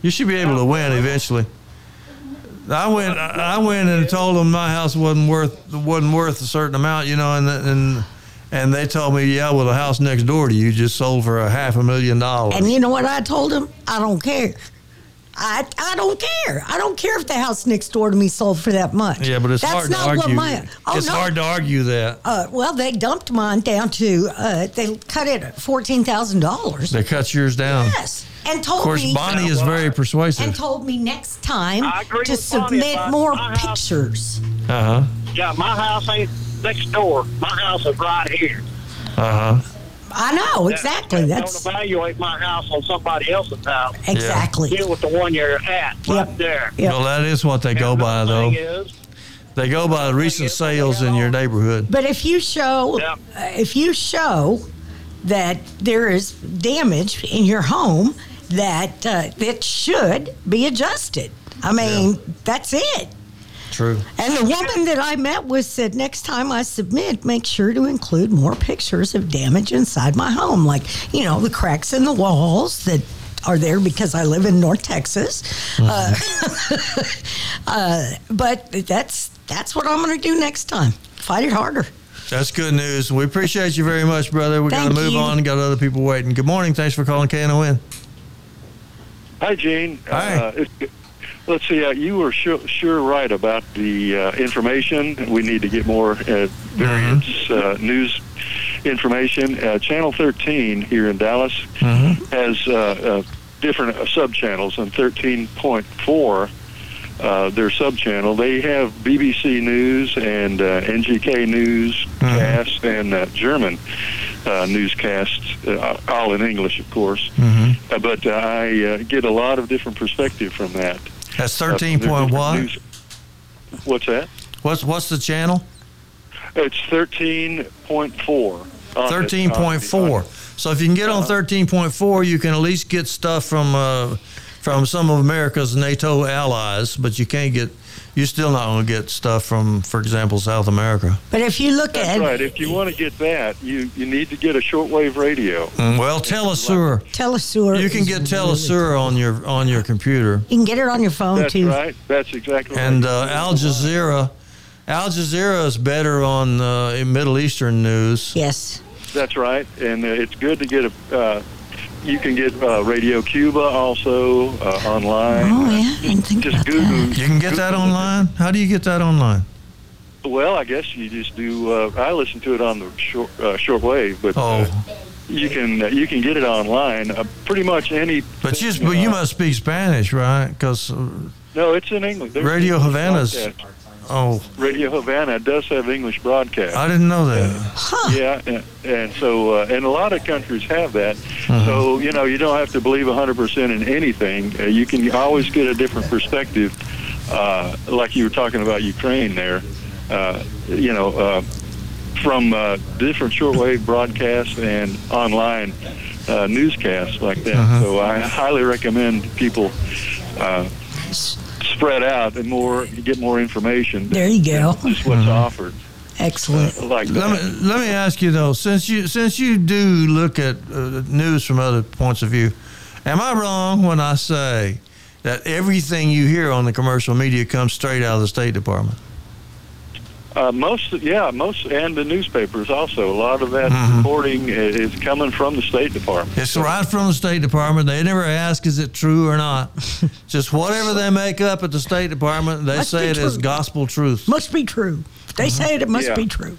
[SPEAKER 1] You should be able to win eventually. I went. I I went and told them my house wasn't worth wasn't worth a certain amount, you know, and and and they told me, yeah, well, the house next door to you just sold for a half a million dollars.
[SPEAKER 2] And you know what I told him? I don't care. I I don't care. I don't care if the house next door to me sold for that much.
[SPEAKER 1] yeah, but it's
[SPEAKER 2] That's
[SPEAKER 1] hard to
[SPEAKER 2] not What
[SPEAKER 1] argue.
[SPEAKER 2] my, oh,
[SPEAKER 1] it's
[SPEAKER 2] no.
[SPEAKER 1] hard to argue that
[SPEAKER 2] Uh, well, they dumped mine down to uh, they cut it at fourteen thousand dollars.
[SPEAKER 1] they cut yours down.
[SPEAKER 2] Yes, and told
[SPEAKER 1] Of course,
[SPEAKER 2] me
[SPEAKER 1] Bonnie is very
[SPEAKER 2] and
[SPEAKER 1] persuasive.
[SPEAKER 2] told me next time
[SPEAKER 3] I agree
[SPEAKER 2] to
[SPEAKER 3] with Bonnie
[SPEAKER 2] submit
[SPEAKER 3] about
[SPEAKER 2] more
[SPEAKER 3] my house.
[SPEAKER 2] pictures.
[SPEAKER 1] Uh huh.
[SPEAKER 3] Yeah, my house ain't next door. My house is right here.
[SPEAKER 1] Uh huh.
[SPEAKER 2] I know exactly. That's
[SPEAKER 3] don't evaluate my house on somebody else's house.
[SPEAKER 2] exactly.
[SPEAKER 3] Deal with the one you're at right
[SPEAKER 2] Yep.
[SPEAKER 3] there.
[SPEAKER 2] Yeah.
[SPEAKER 1] Well, that is what they go
[SPEAKER 3] And
[SPEAKER 1] by,
[SPEAKER 3] the
[SPEAKER 1] though.
[SPEAKER 3] thing is,
[SPEAKER 1] They go by recent
[SPEAKER 3] is, they
[SPEAKER 1] sales in
[SPEAKER 3] got
[SPEAKER 1] your
[SPEAKER 3] all-
[SPEAKER 1] neighborhood.
[SPEAKER 2] But if you show,
[SPEAKER 3] Yeah.
[SPEAKER 2] uh, if you show that there is damage in your home that uh, that should be adjusted, I mean that's it.
[SPEAKER 1] True.
[SPEAKER 2] And the woman that I met with said, next time I submit, make sure to include more pictures of damage inside my home, like you know the cracks in the walls that are there because I live in North Texas. Uh, *laughs* uh, but that's that's what I'm going to do next time. Fight it harder.
[SPEAKER 1] That's good news. We appreciate you very much, brother. We got to
[SPEAKER 2] Thank
[SPEAKER 1] move
[SPEAKER 2] you.
[SPEAKER 1] on. Got other people waiting. Good morning. Thanks for calling KNON.
[SPEAKER 4] Hi, Gene.
[SPEAKER 1] Hi.
[SPEAKER 4] Uh, it's- let's see. Uh, you were sure, sure right about the uh, information. We need to get more uh, variance uh, news information. Uh, Channel 13 here in Dallas has uh, uh, different uh, sub-channels, and 13.4. Uh, their sub-channel, they have BBC News and uh, NGK News casts and uh, German uh, newscasts, uh, all in English, of course. Uh, but uh, I uh, get a lot of different perspective from that.
[SPEAKER 1] That's
[SPEAKER 4] Uh,
[SPEAKER 1] thirteen point one.
[SPEAKER 4] news- What's that?
[SPEAKER 1] What's what's the channel?
[SPEAKER 4] It's thirteen point four.
[SPEAKER 1] Thirteen point four. So if you can get on thirteen point four, you can at least get stuff from uh, from some of America's NATO allies. But you can't get. You're still not going to get stuff from, for example, South America.
[SPEAKER 2] But if you look
[SPEAKER 4] That's
[SPEAKER 2] at
[SPEAKER 4] right. If you want to get that, you, you need to get a shortwave radio.
[SPEAKER 1] Mm, Well, Telesur.
[SPEAKER 2] Telesur,
[SPEAKER 1] You can
[SPEAKER 2] is
[SPEAKER 1] get
[SPEAKER 2] really-
[SPEAKER 1] Telesur on your on your computer.
[SPEAKER 2] You can get it on your phone
[SPEAKER 4] That's
[SPEAKER 2] too.
[SPEAKER 4] right. That's exactly right.
[SPEAKER 1] Oh, and uh, Al Jazeera. Al Jazeera is better on uh, in Middle Eastern news.
[SPEAKER 2] Yes.
[SPEAKER 4] That's right, and uh, it's good to get a. Uh, you can get uh, Radio Cuba also uh, online.
[SPEAKER 2] Oh yeah, I didn't think
[SPEAKER 4] Just
[SPEAKER 2] about
[SPEAKER 4] Google.
[SPEAKER 2] that.
[SPEAKER 1] You can get that
[SPEAKER 4] Google it.
[SPEAKER 1] online. How do you get that online?
[SPEAKER 4] Well, I guess you just do. Uh, I listen to it on the short uh, shortwave, but uh,
[SPEAKER 1] Oh,
[SPEAKER 4] you can uh, you can get it online. Uh, pretty much any.
[SPEAKER 1] but you but you must speak Spanish, right? Because
[SPEAKER 4] No, it's in English. There's
[SPEAKER 1] Radio
[SPEAKER 4] English
[SPEAKER 1] Havana's
[SPEAKER 4] broadcast.
[SPEAKER 1] Oh,
[SPEAKER 4] Radio Havana does have English broadcast.
[SPEAKER 1] I didn't know that.
[SPEAKER 2] Huh.
[SPEAKER 4] *laughs* yeah, and, and so uh, and a lot of countries have that.
[SPEAKER 1] Uh-huh.
[SPEAKER 4] So you know you don't have to believe 100% in anything. Uh, you can always get a different perspective, uh, like you were talking about Ukraine there. Uh, you know, uh, from uh, different shortwave broadcasts and online uh, newscasts like that.
[SPEAKER 1] Uh-huh.
[SPEAKER 4] So I highly recommend people. Uh, spread out and more get more information
[SPEAKER 2] There you go.
[SPEAKER 4] than just what's offered
[SPEAKER 2] Excellent.
[SPEAKER 4] like that.
[SPEAKER 1] Mm-hmm. Let me let me ask you though, since you since you do look at uh, news from other points of view, am I wrong when I say that everything you hear on the commercial media comes straight out of the State Department?
[SPEAKER 4] Uh, most, yeah, most, and the newspapers also. A lot of that reporting i- is coming from the State Department.
[SPEAKER 1] It's right from the State Department. They never ask is it true or
[SPEAKER 2] *laughs*
[SPEAKER 1] not. Just whatever they make up at the State Department, they
[SPEAKER 2] Must
[SPEAKER 1] say
[SPEAKER 2] be
[SPEAKER 1] it is
[SPEAKER 2] true.
[SPEAKER 1] gospel truth.
[SPEAKER 2] Must be true. They
[SPEAKER 1] Uh-huh.
[SPEAKER 2] say it, it must
[SPEAKER 4] Yeah.
[SPEAKER 2] be true.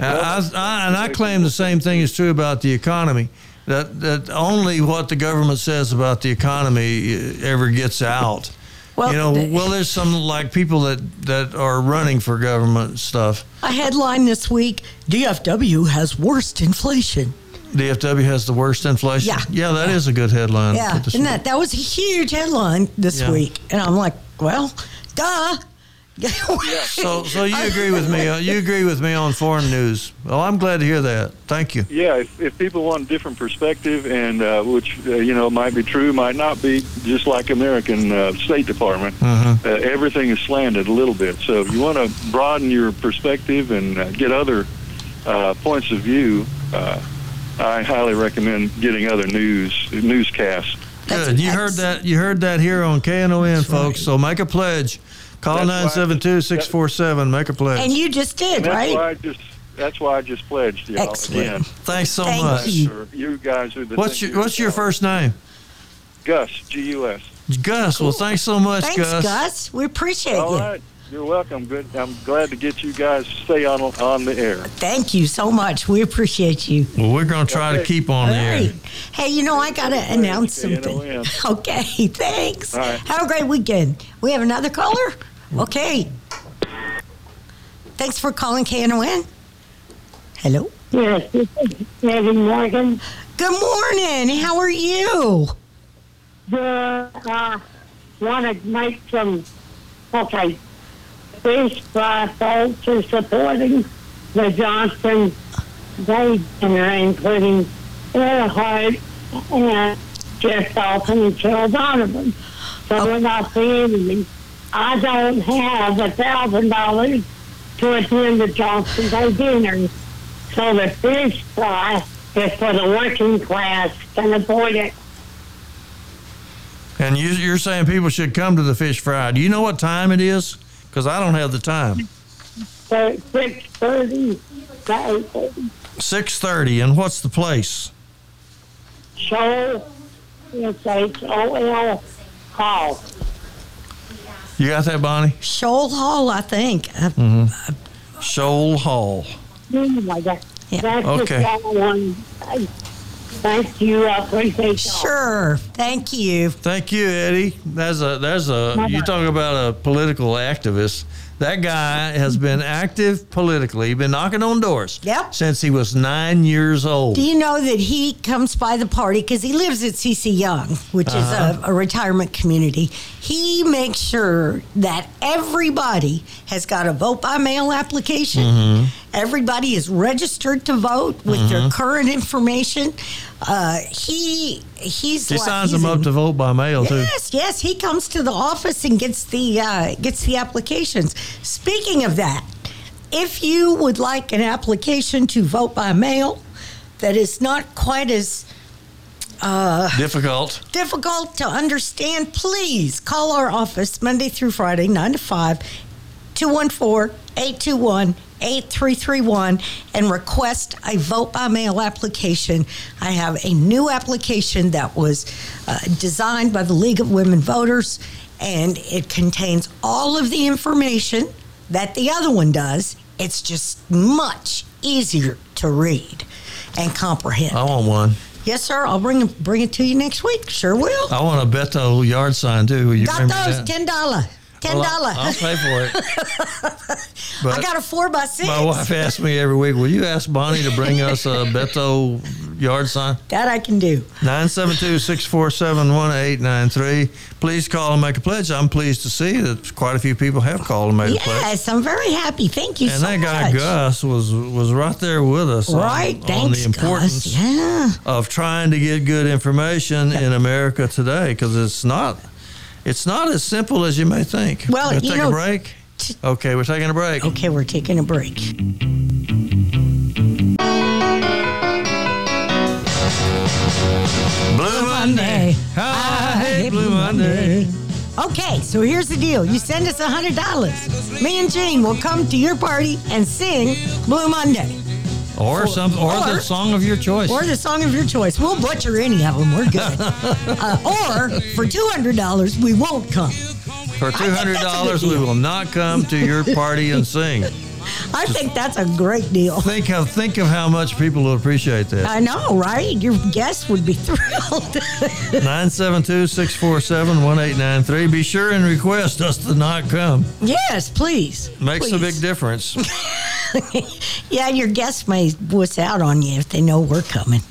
[SPEAKER 1] And I, I, and I claim the same thing is true about the economy. That that only what the government says about the economy uh, ever gets out.
[SPEAKER 2] Well,
[SPEAKER 1] you know,
[SPEAKER 2] the-
[SPEAKER 1] well, there's some like people that that are running for government stuff.
[SPEAKER 2] A headline this week DFW has worst inflation.
[SPEAKER 1] DFW has the worst inflation.
[SPEAKER 2] Yeah.
[SPEAKER 1] yeah, that is a good headline.
[SPEAKER 2] Yeah,
[SPEAKER 1] This
[SPEAKER 2] and
[SPEAKER 1] week.
[SPEAKER 2] that that was a huge headline this
[SPEAKER 1] Yeah.
[SPEAKER 2] week, and I'm like, well, duh. *laughs*
[SPEAKER 1] So, so you agree with me? uh, You agree with me on foreign news? Well, I'm glad to hear that. Thank you.
[SPEAKER 4] Yeah, if, if people want a different perspective, and uh, which uh, you know might be true, might not be, just like American uh, State Department, uh, everything is slanted a little bit. So if you want to broaden your perspective and uh, get other uh, points of view, uh, I highly recommend getting other news newscasts.
[SPEAKER 2] That's-
[SPEAKER 1] Good. You heard that. You heard that here on KNON, folks. So make a pledge. Call nine
[SPEAKER 4] That's why-
[SPEAKER 1] seven two six four seven. Make a pledge.
[SPEAKER 2] And you just did,
[SPEAKER 4] And that's
[SPEAKER 2] right?
[SPEAKER 4] why I just that's why I just pledged y'all
[SPEAKER 2] Excellent.
[SPEAKER 4] again.
[SPEAKER 1] Thanks so
[SPEAKER 2] Thank
[SPEAKER 1] much.
[SPEAKER 2] you.
[SPEAKER 4] Sure. You guys are the.
[SPEAKER 1] What's
[SPEAKER 4] thing
[SPEAKER 1] your What's your first name?
[SPEAKER 4] Gus? G U S.
[SPEAKER 1] Gus. Well, thanks so much,
[SPEAKER 2] Thanks, Gus. We appreciate
[SPEAKER 4] All
[SPEAKER 2] you.
[SPEAKER 4] right. You're welcome. Good. I'm glad to get you guys to stay on on the air.
[SPEAKER 2] Thank you so much. We appreciate you.
[SPEAKER 1] Well, we're gonna try to
[SPEAKER 4] Okay.
[SPEAKER 1] keep on the air.
[SPEAKER 2] Great. Hey, you know, I got to announce something.
[SPEAKER 4] KNON.
[SPEAKER 2] *laughs* Okay, thanks.
[SPEAKER 4] All right.
[SPEAKER 2] Have a great weekend. We have another caller? Okay. Thanks for calling KNON. Hello.
[SPEAKER 5] Yes, this is Eddie Morgan.
[SPEAKER 2] Good morning. How are you?
[SPEAKER 5] The, uh, want to make some, okay, this by folks is supporting the Johnson Day Center, including Earhart and Jeff Dalton and Carol Donovan. So we're not the enemy. I don't have a thousand dollars to attend the Johnson Day dinner. So the fish fry is for the working class can avoid it.
[SPEAKER 1] And you, you're saying people should come to the fish fry. Do you know what time it is? Because I don't have the time.
[SPEAKER 5] So six thirty to eight thirty.
[SPEAKER 1] Six thirty. And what's the place?
[SPEAKER 5] Shoal it's H O L Hall.
[SPEAKER 1] You got that, Bonnie?
[SPEAKER 2] Shoal Hall, I think. Uh,
[SPEAKER 1] Shoal Hall.
[SPEAKER 5] Anyway, that,
[SPEAKER 2] Yeah.
[SPEAKER 5] that's
[SPEAKER 1] Okay.
[SPEAKER 5] just all one. I- Thank you. I appreciate y'all.
[SPEAKER 2] Sure. Thank you.
[SPEAKER 1] Thank you, Eddie. That's a that's a you talk about a political activist. That guy has been active politically. He's been knocking on doors
[SPEAKER 2] Yep.
[SPEAKER 1] since he was nine years old.
[SPEAKER 2] Do you know that he comes by the party because he lives at CC Young, which is a,
[SPEAKER 1] Uh-huh.
[SPEAKER 2] a retirement community? He makes sure that everybody has got a vote by mail application.
[SPEAKER 1] Mm-hmm.
[SPEAKER 2] Everybody is registered to vote with their current information. Uh, he he's
[SPEAKER 1] She
[SPEAKER 2] like-
[SPEAKER 1] signs
[SPEAKER 2] he's
[SPEAKER 1] them up
[SPEAKER 2] in-
[SPEAKER 1] to vote by mail too.
[SPEAKER 2] Yes, yes, he comes to the office and gets the uh, gets the applications. Speaking of that, if you would like an application to vote by mail, that is not quite as
[SPEAKER 1] Difficult.
[SPEAKER 2] difficult to understand, please call our office Monday through Friday, 9 to 5, 214 821 8331, and request a vote by mail application. I have a new application that was uh, designed by the League of Women Voters, and it contains all of the information that the other one does. It's just much easier to read and comprehend.
[SPEAKER 1] I want one.
[SPEAKER 2] Yes, sir. I'll bring bring it to you next week. Sure will.
[SPEAKER 1] I want a Beto yard sign too. You
[SPEAKER 2] Got
[SPEAKER 1] remember
[SPEAKER 2] those
[SPEAKER 1] that?
[SPEAKER 2] ten dollar. Ten dollar.
[SPEAKER 1] I'll pay for it.
[SPEAKER 2] *laughs*
[SPEAKER 1] But
[SPEAKER 2] I got a four by six.
[SPEAKER 1] my wife asks me every week, "Will you ask Bonnie to bring us a Beto yard sign?"
[SPEAKER 2] That I can do.
[SPEAKER 1] 972-647-1893. Please call and make a pledge. I'm pleased to see that quite a few people have called and made a pledge.
[SPEAKER 2] Yes, I'm very happy. Thank you
[SPEAKER 1] And
[SPEAKER 2] so
[SPEAKER 1] that
[SPEAKER 2] much.
[SPEAKER 1] guy Gus was was right there with us on-
[SPEAKER 2] Right,
[SPEAKER 1] on,
[SPEAKER 2] thanks,
[SPEAKER 1] the importance
[SPEAKER 2] Gus. Yeah,
[SPEAKER 1] of trying to get good information in America today because it's not it's not as simple as you may think.
[SPEAKER 2] Well,
[SPEAKER 1] Gonna
[SPEAKER 2] you
[SPEAKER 1] take
[SPEAKER 2] know- Oh,
[SPEAKER 1] a break. Okay, we're taking a break.
[SPEAKER 2] Okay, we're taking a break.
[SPEAKER 1] Blue Monday. I hate Blue Monday.
[SPEAKER 2] Okay, so here's the deal. You send us $100. Me and Gene will come to your party and sing Blue Monday
[SPEAKER 1] Or some or, the
[SPEAKER 2] or-
[SPEAKER 1] song of your choice.
[SPEAKER 2] or the song of your choice. We'll butcher any of them. We're
[SPEAKER 1] *laughs*
[SPEAKER 2] good. Uh, or for $200, we won't come.
[SPEAKER 1] For two hundred dollars, we
[SPEAKER 2] deal.
[SPEAKER 1] will not come to your party and sing.
[SPEAKER 2] I think that's a great deal.
[SPEAKER 1] Think of think of how much people will appreciate *laughs* that.
[SPEAKER 2] I know, right? Your guests would be *laughs* thrilled.
[SPEAKER 1] 972-647-1893. Be sure and request us to not come.
[SPEAKER 2] yes, please.
[SPEAKER 1] Makes a big
[SPEAKER 2] Please.
[SPEAKER 1] difference. *laughs*
[SPEAKER 2] Yeah, your guests may wuss out on you if they know we're coming.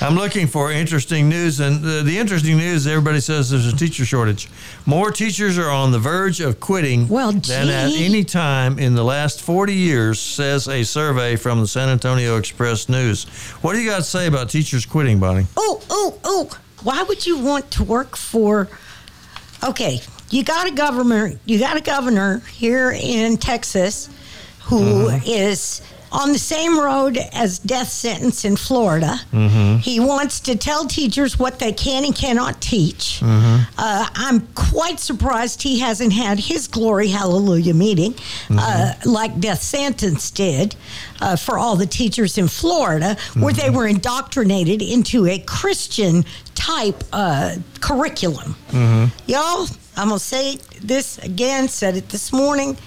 [SPEAKER 1] I'm looking for interesting news, and the, the interesting news everybody says there's a teacher shortage. More teachers are on the verge of quitting
[SPEAKER 2] Well,
[SPEAKER 1] than at
[SPEAKER 2] gee.
[SPEAKER 1] any time in the last 40 years, says a survey from the San Antonio Express News. What do you got to say about teachers quitting, Bonnie?
[SPEAKER 2] Oh, oh, oh. Why would you want to work for? Okay, you got a governor. You got a governor here in Texas who is on the same road as death sentence in Florida. He wants to tell teachers what they can and cannot teach. Uh, I'm quite surprised he hasn't had his glory hallelujah meeting uh, like Death Sentence did uh, for all the teachers in Florida, where they were indoctrinated into a Christian type uh, curriculum. Y'all, I'm going to say this again, said it this morning.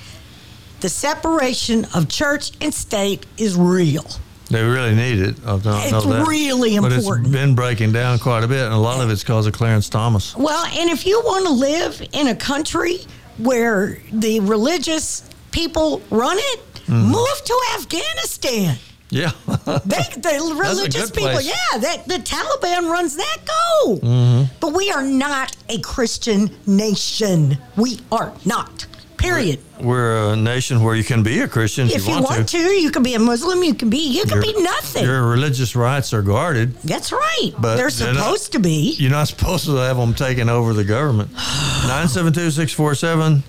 [SPEAKER 2] The separation of church and state is real.
[SPEAKER 1] They really need it. I don't
[SPEAKER 2] It's
[SPEAKER 1] know that.
[SPEAKER 2] really
[SPEAKER 1] but
[SPEAKER 2] important.
[SPEAKER 1] it's been breaking down quite a bit, and a lot of it's because of Clarence
[SPEAKER 2] *laughs*
[SPEAKER 1] Thomas.
[SPEAKER 2] Well, and if you want to live in a country where the religious people run it, move to Afghanistan.
[SPEAKER 1] Yeah, *laughs*
[SPEAKER 2] They, the religious
[SPEAKER 1] good
[SPEAKER 2] people,
[SPEAKER 1] place.
[SPEAKER 2] yeah, that the Taliban runs that goal. But we are not a Christian nation. We are not. Period.
[SPEAKER 1] we're a nation where you can be a Christian if,
[SPEAKER 2] if you want, to. you can be a Muslim. You can be. You can
[SPEAKER 1] Your-
[SPEAKER 2] be nothing.
[SPEAKER 1] Your religious rights are guarded.
[SPEAKER 2] That's right.
[SPEAKER 1] But uh,
[SPEAKER 2] They're
[SPEAKER 1] they're not-
[SPEAKER 2] supposed to be.
[SPEAKER 1] You're not *laughs* supposed to have them taking over the
[SPEAKER 2] *sighs*
[SPEAKER 1] government. 972 647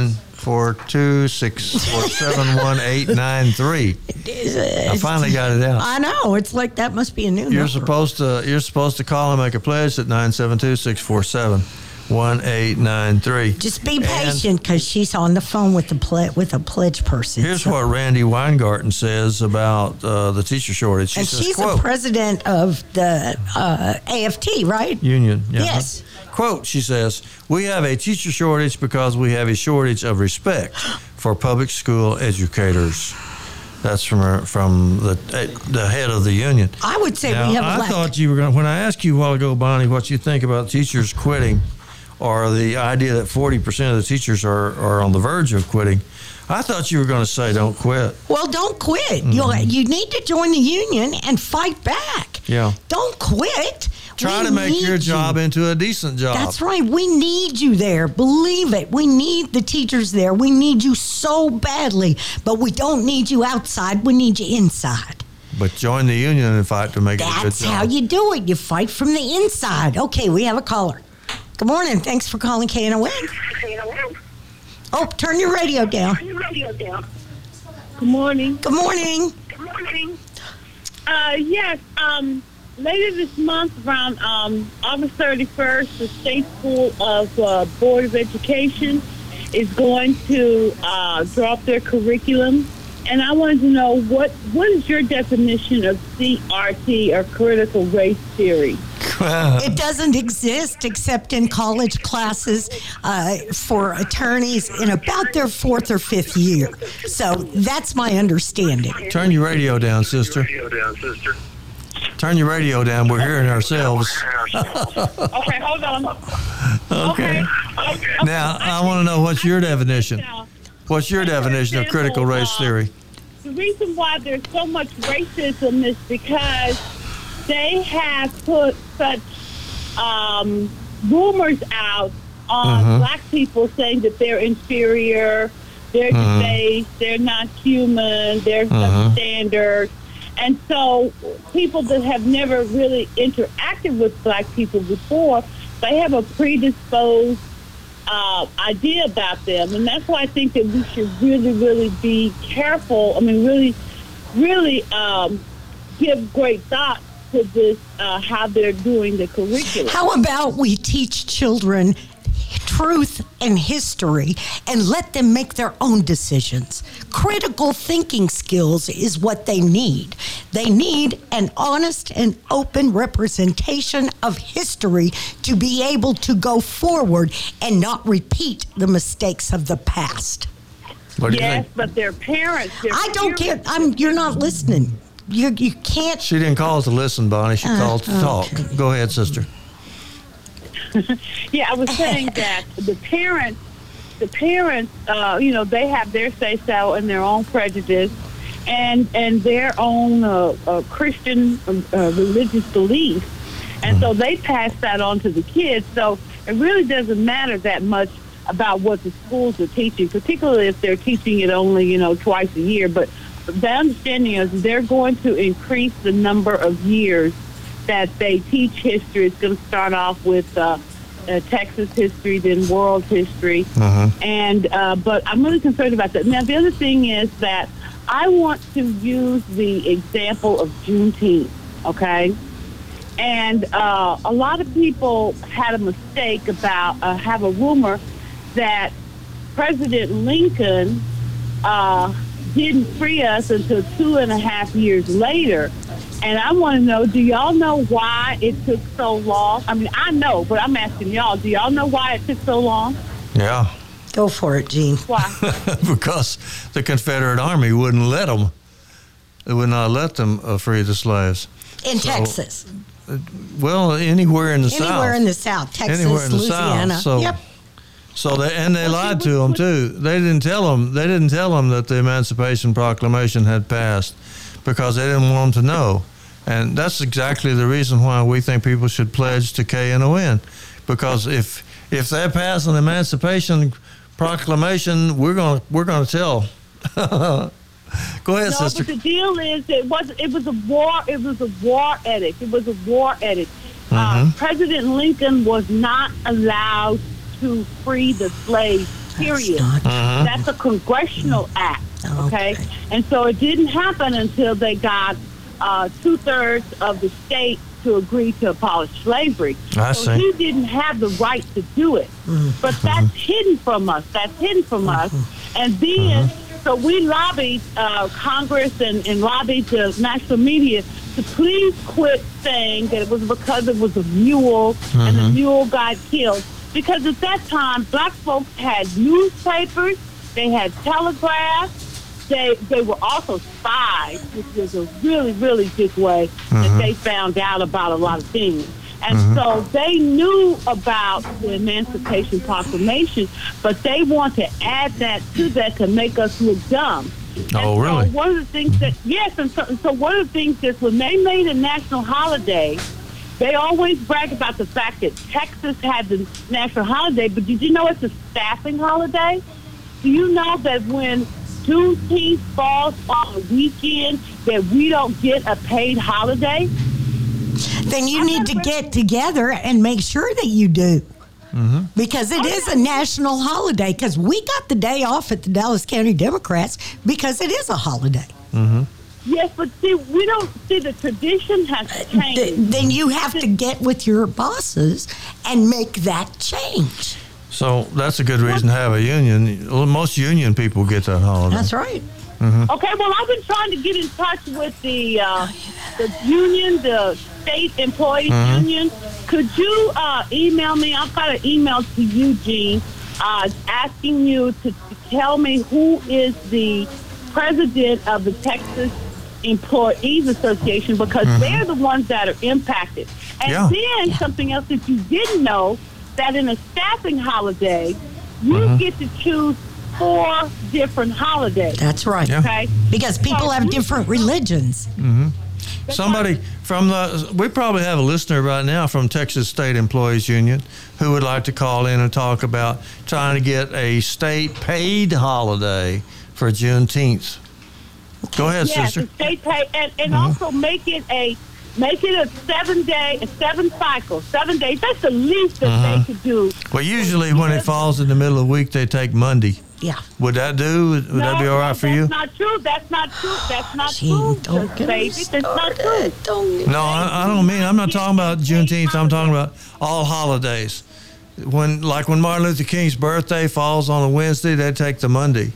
[SPEAKER 1] 942 647
[SPEAKER 2] *laughs*
[SPEAKER 1] 1893. I finally got it out.
[SPEAKER 2] I know. It's like that must be a new.
[SPEAKER 1] You're
[SPEAKER 2] number.
[SPEAKER 1] supposed to you're supposed to call and make a pledge at 972 647 1893.
[SPEAKER 2] Just be patient because she's on the phone with the ple- with a pledge person.
[SPEAKER 1] Here's
[SPEAKER 2] So-
[SPEAKER 1] what Randy Weingarten says about uh, the teacher shortage. She
[SPEAKER 2] and
[SPEAKER 1] says,
[SPEAKER 2] she's
[SPEAKER 1] quote,
[SPEAKER 2] the president of the uh, AFT, right?
[SPEAKER 1] Union. yeah.
[SPEAKER 2] Yes.
[SPEAKER 1] Quote, she says, We have a teacher shortage because we have a shortage of respect for public school educators. That's from her, from the eh, the head of the union.
[SPEAKER 2] I would say
[SPEAKER 1] Now,
[SPEAKER 2] we have a
[SPEAKER 1] I
[SPEAKER 2] lack.
[SPEAKER 1] thought you were going to, when I asked you a while ago, Bonnie, what you think about teachers quitting or the idea that 40% of the teachers are, are on the verge of quitting. I thought you were going to say, don't quit.
[SPEAKER 2] well, don't
[SPEAKER 1] Mm-hmm.
[SPEAKER 2] quit. You'll, you need to join the union and fight back.
[SPEAKER 1] Yeah.
[SPEAKER 2] Don't quit.
[SPEAKER 1] Try
[SPEAKER 2] We
[SPEAKER 1] to make
[SPEAKER 2] need
[SPEAKER 1] your
[SPEAKER 2] you.
[SPEAKER 1] job into a decent job.
[SPEAKER 2] That's right. We need you there. Believe it. We need the teachers there. We need you so badly, but we don't need you outside. We need you inside.
[SPEAKER 1] But join the union and fight to make it a good
[SPEAKER 2] That's
[SPEAKER 1] job.
[SPEAKER 2] how you do it. You fight from the inside. Okay, we have a caller. Good morning. Thanks for calling KNON. Oh, turn your radio down.
[SPEAKER 6] Good morning.
[SPEAKER 2] Good morning.
[SPEAKER 6] Good morning. Uh, yes, um, later this month, around um, August 31st, the State School of uh, Board of Education is going to uh, drop their curriculum. And I wanted to know what, what is your definition of CRT or critical race theory?
[SPEAKER 2] It doesn't exist except in college classes uh, for attorneys in about their fourth or fifth year. So that's my understanding.
[SPEAKER 1] Turn your radio down, sister. Turn your radio down. We're hearing ourselves.
[SPEAKER 6] Okay, hold on.
[SPEAKER 1] Okay. Now, I want to know what's your definition?
[SPEAKER 6] Now,
[SPEAKER 1] What's your definition of critical race theory?
[SPEAKER 6] the reason why there's so much racism is because they have put such um, rumors out on black people saying that they're inferior, they're debased, they're not human, they're substandard. And so people that have never really interacted with black people before, they have a predisposed uh, idea about them, and that's why I think that we should really, really be careful. I mean, really, really um, give great thought to this uh, how they're doing the curriculum.
[SPEAKER 2] How about we teach children truth and history and let them make their own decisions? Critical thinking skills is what they need. They need an honest and open representation of history to be able to go forward and not repeat the mistakes of the past.
[SPEAKER 1] What do you
[SPEAKER 6] yes,
[SPEAKER 1] think?
[SPEAKER 6] but their parents. Their
[SPEAKER 2] I don't
[SPEAKER 6] parents,
[SPEAKER 2] care. I'm you're not listening. You you can't
[SPEAKER 1] She didn't call to listen, Bonnie.
[SPEAKER 2] Uh,
[SPEAKER 1] She called to talk. Go ahead, sister.
[SPEAKER 6] Yeah,
[SPEAKER 2] *laughs*
[SPEAKER 6] I was saying that the parents, the parents, uh, you know, they have their say so and their own prejudice, and and their own uh, uh, Christian um, uh, religious beliefs, and so they pass that on to the kids. So it really doesn't matter that much about what the schools are teaching, particularly if they're teaching it only you know twice a year. But the understanding is they're going to increase the number of years that they teach history. It's going to start off with. Uh, uh, Texas history, then world history. And uh, but I'm really concerned about that. Now the other thing is that I want to use the example of Juneteenth. Okay. And uh, a lot of people had a mistake about, uh, have a rumor that President Lincoln uh, didn't free us until two and a half years later. And I want to know, do y'all know why it took so long? I mean, I know, but I'm asking y'all, do y'all know why it took so long?
[SPEAKER 1] Yeah,
[SPEAKER 2] go for it, Gene.
[SPEAKER 6] Why?
[SPEAKER 1] *laughs* because the Confederate Army wouldn't let them. They would not let them uh, free the slaves.
[SPEAKER 2] In
[SPEAKER 1] So,
[SPEAKER 2] Texas.
[SPEAKER 1] Well, anywhere in the South.
[SPEAKER 2] Anywhere in the South, Texas,
[SPEAKER 1] anywhere in the
[SPEAKER 2] Louisiana.
[SPEAKER 1] South. So,
[SPEAKER 2] Yep.
[SPEAKER 1] so they and they lied to them too. They didn't tell them. They didn't tell them that the Emancipation Proclamation had passed because they didn't want them to know. And that's exactly the reason why we think people should pledge to KNON, because if if they pass an Emancipation Proclamation, we're gonna we're gonna tell. *laughs* Go ahead,
[SPEAKER 6] no,
[SPEAKER 1] sister.
[SPEAKER 6] but the deal is it was it was a war it was a war edict. It was a war edict. Uh,
[SPEAKER 1] Mm-hmm.
[SPEAKER 6] President Lincoln was not allowed to free the slaves. Period.
[SPEAKER 2] not-
[SPEAKER 1] Mm-hmm.
[SPEAKER 6] That's a congressional act. Okay?
[SPEAKER 2] Okay.
[SPEAKER 6] and so it didn't happen until they got uh, two thirds of the state to agree to abolish slavery.
[SPEAKER 1] I
[SPEAKER 6] so
[SPEAKER 1] see. Mm-hmm.
[SPEAKER 6] he didn't have the right to do it. But that's hidden from us. That's hidden from us. And then,
[SPEAKER 1] Mm-hmm.
[SPEAKER 6] so we lobbied uh, Congress and, and lobbied the national media to please quit saying that it was because it was a mule and
[SPEAKER 1] Mm-hmm.
[SPEAKER 6] the mule got killed. Because at that time, black folks had newspapers, they had telegraphs, they they were also spies, which was a really really big way that they found out about a lot of things. And so they knew about the Emancipation Proclamation, but they want to add that to that to make us look dumb. And
[SPEAKER 1] Oh,
[SPEAKER 6] so
[SPEAKER 1] really?
[SPEAKER 6] one of the things that yes, and so, so one of the things is when they made a national holiday, they always brag about the fact that Texas had the national holiday. But did you know it's a staffing holiday? Do you know that when Juneteenth falls on a weekend, that we don't get a paid holiday?
[SPEAKER 2] Then you need to get together and make sure that you do.
[SPEAKER 1] Mm-hmm.
[SPEAKER 2] Because it is a national holiday, because we got the day off at the Dallas County Democrats because it is a holiday.
[SPEAKER 6] Yes, but see, we don't see the tradition has changed.
[SPEAKER 2] Th- then you have to get with your bosses and make that change.
[SPEAKER 1] So that's a good reason to have a union. Most union people get that holiday.
[SPEAKER 2] That's right.
[SPEAKER 6] Okay, well, I've been trying to get in touch with the uh, the union, the state employees
[SPEAKER 1] Mm-hmm.
[SPEAKER 6] union. Could you uh, email me? I've got an email to you, Gene, uh, asking you to, to tell me who is the president of the Texas Employees Association because they're the ones that are impacted. And
[SPEAKER 1] Mm-hmm. Yeah.
[SPEAKER 6] then something else that you didn't know that in a staffing holiday, you
[SPEAKER 1] Mm-hmm.
[SPEAKER 6] get to choose four different holidays.
[SPEAKER 2] That's right.
[SPEAKER 1] Yeah.
[SPEAKER 6] Okay.
[SPEAKER 2] Because people have different religions.
[SPEAKER 1] Somebody from the, we probably have a listener right now from Texas State Employees Union who would like to call in and talk about trying to get a state paid holiday for Juneteenth. Go ahead,
[SPEAKER 6] Yes,
[SPEAKER 1] sister. Uh-huh.
[SPEAKER 6] the state pay, and, and also make it a make it a seven day, a seven cycle, seven days. That's the least that
[SPEAKER 1] Uh-huh.
[SPEAKER 6] they could do.
[SPEAKER 1] Well, usually when it
[SPEAKER 6] Yes.
[SPEAKER 1] falls in the middle of the week, they take Monday.
[SPEAKER 2] Yeah.
[SPEAKER 1] Would that do? Would would that be all right for you?
[SPEAKER 6] That's not true. That's not true. That's not
[SPEAKER 2] Gee,
[SPEAKER 6] true.
[SPEAKER 2] don't
[SPEAKER 6] Just
[SPEAKER 2] get
[SPEAKER 6] baby.
[SPEAKER 2] us
[SPEAKER 6] That's not true.
[SPEAKER 1] No, I, I don't mean. I'm not talking about Juneteenth. I'm talking about all holidays. When like when Martin Luther King's birthday falls on a Wednesday, they take the Monday.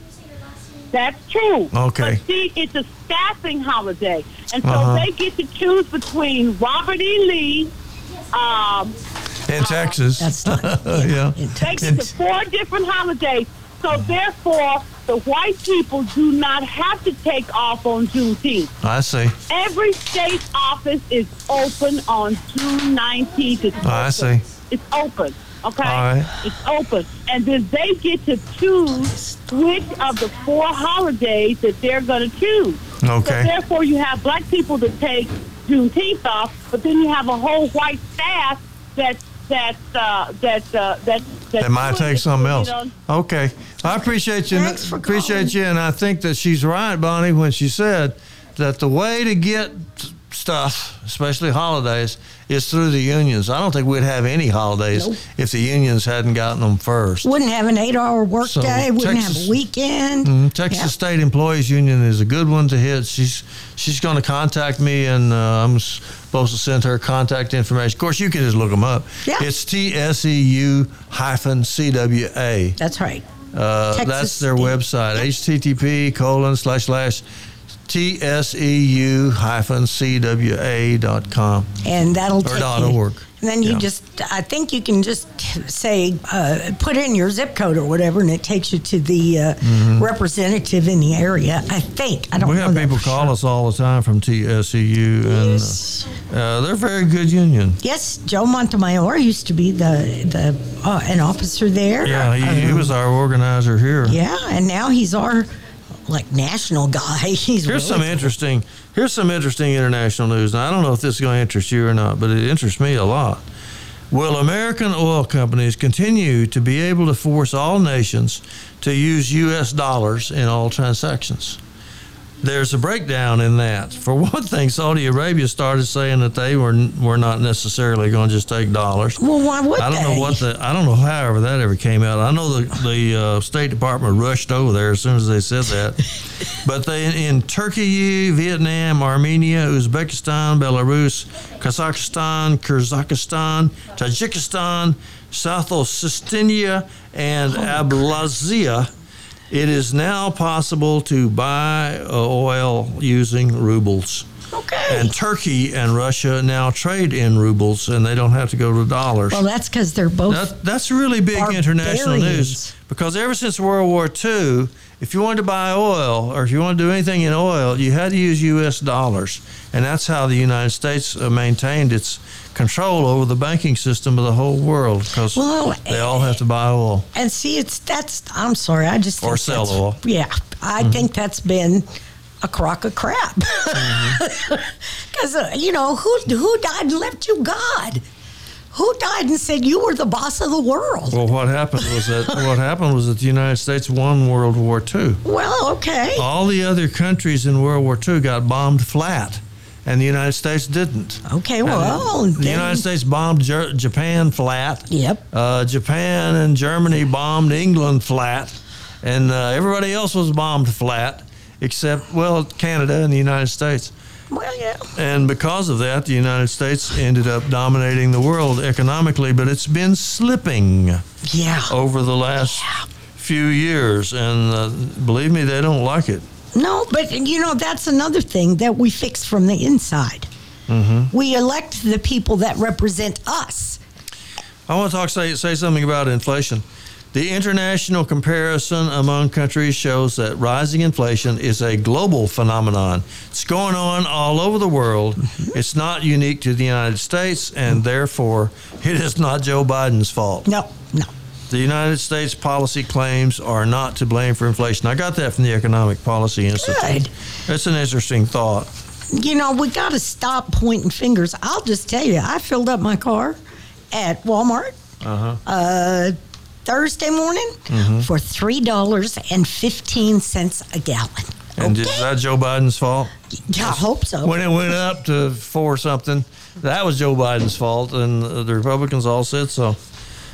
[SPEAKER 6] That's true.
[SPEAKER 1] Okay.
[SPEAKER 6] But see, it's a staffing holiday, and so
[SPEAKER 1] Uh-huh.
[SPEAKER 6] they get to choose between Robert E. Lee. Um,
[SPEAKER 1] In Texas.
[SPEAKER 2] That's not.
[SPEAKER 1] *laughs* yeah.
[SPEAKER 2] in
[SPEAKER 6] they
[SPEAKER 2] Texas.
[SPEAKER 6] get to four different holidays. So therefore, the white people do not have to take off on Juneteenth.
[SPEAKER 1] I see.
[SPEAKER 6] Every state office is open on June 19th. It's
[SPEAKER 1] Oh, I
[SPEAKER 6] open.
[SPEAKER 1] see.
[SPEAKER 6] It's open. Okay.
[SPEAKER 1] All right.
[SPEAKER 6] It's open. And then they get to choose which of the four holidays that they're going to choose.
[SPEAKER 1] Okay.
[SPEAKER 6] So therefore, you have black people that take Juneteenth off, but then you have a whole white staff that that uh, that uh, that
[SPEAKER 1] It might take something else.
[SPEAKER 6] You know,
[SPEAKER 1] Okay. I appreciate you.
[SPEAKER 2] Thanks for
[SPEAKER 1] appreciate
[SPEAKER 2] calling.
[SPEAKER 1] you, and I think that she's right, Bonnie, when she said that the way to get stuff, especially holidays, is through the unions. I don't think we'd have any holidays
[SPEAKER 2] Nope.
[SPEAKER 1] if the unions hadn't gotten them first.
[SPEAKER 2] Wouldn't have an eight-hour workday.
[SPEAKER 1] So,
[SPEAKER 2] wouldn't
[SPEAKER 1] Texas-
[SPEAKER 2] have a weekend.
[SPEAKER 1] Mm, Texas
[SPEAKER 2] Yeah.
[SPEAKER 1] State Employees Union is a good one to hit. She's she's going to contact me, and uh, I'm s- supposed to send her contact information. Of course, you can just look them up.
[SPEAKER 2] Yeah.
[SPEAKER 1] It's TSEU hyphen CWA.
[SPEAKER 2] That's right.
[SPEAKER 1] Uh,
[SPEAKER 2] Texas
[SPEAKER 1] that's their
[SPEAKER 2] State.
[SPEAKER 1] website. HTTP colon slash slash TSEU hyphen CWA dot com.
[SPEAKER 2] and that'll take
[SPEAKER 1] dot
[SPEAKER 2] you.
[SPEAKER 1] org.
[SPEAKER 2] And then you
[SPEAKER 1] Yeah.
[SPEAKER 2] just, I think you can just say, uh, put in your zip code or whatever, and it takes you to the uh, representative in the area. I think I
[SPEAKER 1] Mm-hmm.
[SPEAKER 2] don't.
[SPEAKER 1] We
[SPEAKER 2] know
[SPEAKER 1] have
[SPEAKER 2] that
[SPEAKER 1] people
[SPEAKER 2] for
[SPEAKER 1] call
[SPEAKER 2] sure.
[SPEAKER 1] us all the time from TSEU,
[SPEAKER 2] Yes.
[SPEAKER 1] and uh, uh, they're a very good union.
[SPEAKER 2] Yes, Joe Montemayor used to be the the uh, an officer there.
[SPEAKER 1] Yeah, he, he
[SPEAKER 2] Um,
[SPEAKER 1] was our organizer here.
[SPEAKER 2] Yeah, and now he's our like national guy. *laughs* He's
[SPEAKER 1] Here's some
[SPEAKER 2] really-
[SPEAKER 1] interesting. Here's some interesting international news. Now, I don't know if this is going to interest you or not, but it interests me a lot. Will American oil companies continue to be able to force all nations to use U.S. dollars in all transactions? There's a breakdown in that. For one thing, Saudi Arabia started saying that they were were not necessarily going to just take dollars.
[SPEAKER 2] Well, why would
[SPEAKER 1] I don't know
[SPEAKER 2] they?
[SPEAKER 1] what the I don't know however that ever came out. I know the the uh, State Department rushed over there as soon as they said that. but they in Turkey, Vietnam, Armenia, Uzbekistan, Belarus, Kazakhstan, Kyrgyzstan, Tajikistan, South Ossetia, and Abkhazia. It is now possible to buy uh, oil using rubles.
[SPEAKER 2] Okay.
[SPEAKER 1] And Turkey and Russia now trade in rubles and they don't have to go to dollars.
[SPEAKER 2] well, that's because they're both.
[SPEAKER 1] That, that's really big international news
[SPEAKER 2] Barbarians.
[SPEAKER 1] because ever since World War II, if you wanted to buy oil or if you wanted to do anything in oil, you had to use U.S. dollars, and that's how the United States uh, maintained its control over the banking system of the whole world because
[SPEAKER 2] Well,
[SPEAKER 1] they all have to buy oil.
[SPEAKER 2] And see, it's that's. I'm sorry, I just
[SPEAKER 1] Or
[SPEAKER 2] think
[SPEAKER 1] sell
[SPEAKER 2] that's-
[SPEAKER 1] oil. Mm-hmm.
[SPEAKER 2] Yeah, I think that's been a crock of crap.
[SPEAKER 1] Mm-hmm.
[SPEAKER 2] *laughs* Because you know who who died and left you God. Who died and said you were the boss of the world?
[SPEAKER 1] Well, what happened was that *laughs* what happened was that the United States won World War II.
[SPEAKER 2] Well, okay.
[SPEAKER 1] All the other countries in World War II got bombed flat, and the United States didn't.
[SPEAKER 2] Okay,
[SPEAKER 1] And
[SPEAKER 2] well,
[SPEAKER 1] the
[SPEAKER 2] then-
[SPEAKER 1] United States bombed Jer- Japan flat.
[SPEAKER 2] Yep.
[SPEAKER 1] Uh, Japan and Germany bombed England flat, and uh, everybody else was bombed flat except well Canada and the United States.
[SPEAKER 2] Well, yeah.
[SPEAKER 1] And because of that, the United States ended up dominating the world economically, but it's been slipping
[SPEAKER 2] Yeah.
[SPEAKER 1] over the last few years, and uh, believe me, they don't like it.
[SPEAKER 2] No, but you know that's another thing that we fix from the inside.
[SPEAKER 1] Mm-hmm.
[SPEAKER 2] We elect the people that represent us.
[SPEAKER 1] I want to talk say say something about inflation. The international comparison among countries shows that rising inflation is a global phenomenon. It's going on all over the world.
[SPEAKER 2] Mm-hmm.
[SPEAKER 1] It's not unique to the United States, and therefore, it is not Joe Biden's fault.
[SPEAKER 2] No, no.
[SPEAKER 1] The United States policy claims are not to blame for inflation. I got that from the Economic Policy Institute.
[SPEAKER 2] Good.
[SPEAKER 1] That's an interesting thought.
[SPEAKER 2] You know, we got to stop pointing fingers. I'll just tell you, I filled up my car at Walmart
[SPEAKER 1] Uh-huh. Mm-hmm.
[SPEAKER 2] uh, Thursday morning for $3.15 a gallon.
[SPEAKER 1] And is that Joe Biden's fault?
[SPEAKER 2] Yeah, I hope so.
[SPEAKER 1] When it went up to four something, that was Joe Biden's fault, and the Republicans all said so.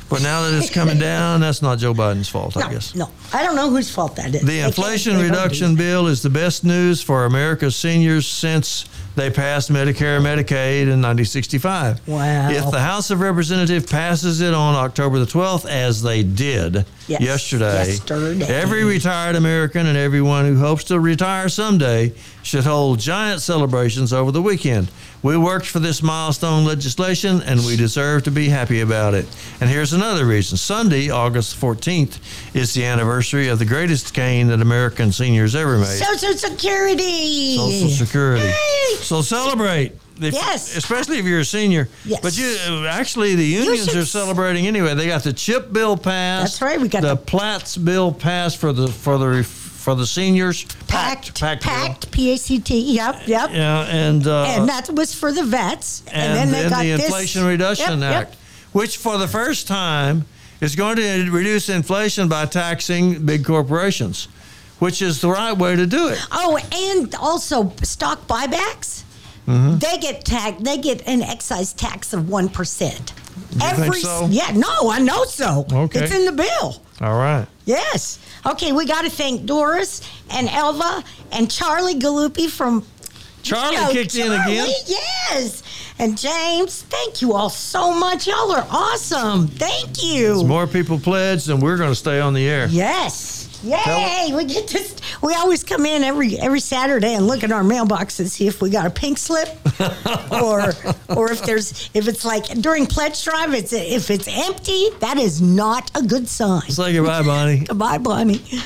[SPEAKER 1] But now that it's coming down, that's not Joe Biden's fault, I
[SPEAKER 2] no,
[SPEAKER 1] guess.
[SPEAKER 2] no, I don't know whose fault that is. They
[SPEAKER 1] The
[SPEAKER 2] can't-
[SPEAKER 1] Inflation
[SPEAKER 2] they don't do
[SPEAKER 1] Reduction Bill is the best news for America's seniors since they passed Medicare and Medicaid in 1965.
[SPEAKER 2] Wow.
[SPEAKER 1] If the House of Representatives passes it on October the 12th, as they did
[SPEAKER 2] Yes,
[SPEAKER 1] yesterday,
[SPEAKER 2] yesterday.
[SPEAKER 1] every retired American and everyone who hopes to retire someday should hold giant celebrations over the weekend. We worked for this milestone legislation and we deserve to be happy about it. And here's another reason Sunday, August 14th, is the anniversary of the greatest gain that American seniors ever made.
[SPEAKER 2] Social Security.
[SPEAKER 1] Social Security.
[SPEAKER 2] Yay!
[SPEAKER 1] So celebrate. If-
[SPEAKER 2] Yes.
[SPEAKER 1] Especially if you're a senior.
[SPEAKER 2] Yes.
[SPEAKER 1] But you actually the unions
[SPEAKER 2] should-
[SPEAKER 1] are celebrating anyway. They got the chip bill passed.
[SPEAKER 2] That's right, we got
[SPEAKER 1] the
[SPEAKER 2] the-
[SPEAKER 1] Platts bill passed for the for the for the seniors.
[SPEAKER 2] Pact,
[SPEAKER 1] Pact. bill.
[SPEAKER 2] pact, P A C T. Yep, yep.
[SPEAKER 1] Yeah, and uh,
[SPEAKER 2] and that was for the vets.
[SPEAKER 1] and
[SPEAKER 2] then they got
[SPEAKER 1] the
[SPEAKER 2] this-
[SPEAKER 1] Inflation Reduction
[SPEAKER 2] Yep, yep.
[SPEAKER 1] Act, which for the first time is going to reduce inflation by taxing big corporations, which is the right way to do it.
[SPEAKER 2] Oh, and also stock buybacks.
[SPEAKER 1] Mm-hmm.
[SPEAKER 2] They get tax. They get an excise tax of one percent.
[SPEAKER 1] think
[SPEAKER 2] Every
[SPEAKER 1] so?
[SPEAKER 2] yeah, no, I know so.
[SPEAKER 1] Okay.
[SPEAKER 2] it's in the bill.
[SPEAKER 1] All right.
[SPEAKER 2] Yes. Okay, we got to thank Doris and Elva and Charlie Galupi from.
[SPEAKER 1] Charlie
[SPEAKER 2] Oh,
[SPEAKER 1] kicked in again.
[SPEAKER 2] Charlie, Yes. And James, thank you all so much. Y'all are awesome. Thank you.
[SPEAKER 1] More people pledged, and we're going to stay on the air.
[SPEAKER 2] Yes. Yay! we get this. We always come in every every Saturday and look at our mailbox and see if we got a pink slip, or or if there's if it's like during pledge drive, it's if it's empty, that is not a good sign.
[SPEAKER 1] Say goodbye, Bonnie.
[SPEAKER 2] Goodbye, Bonnie.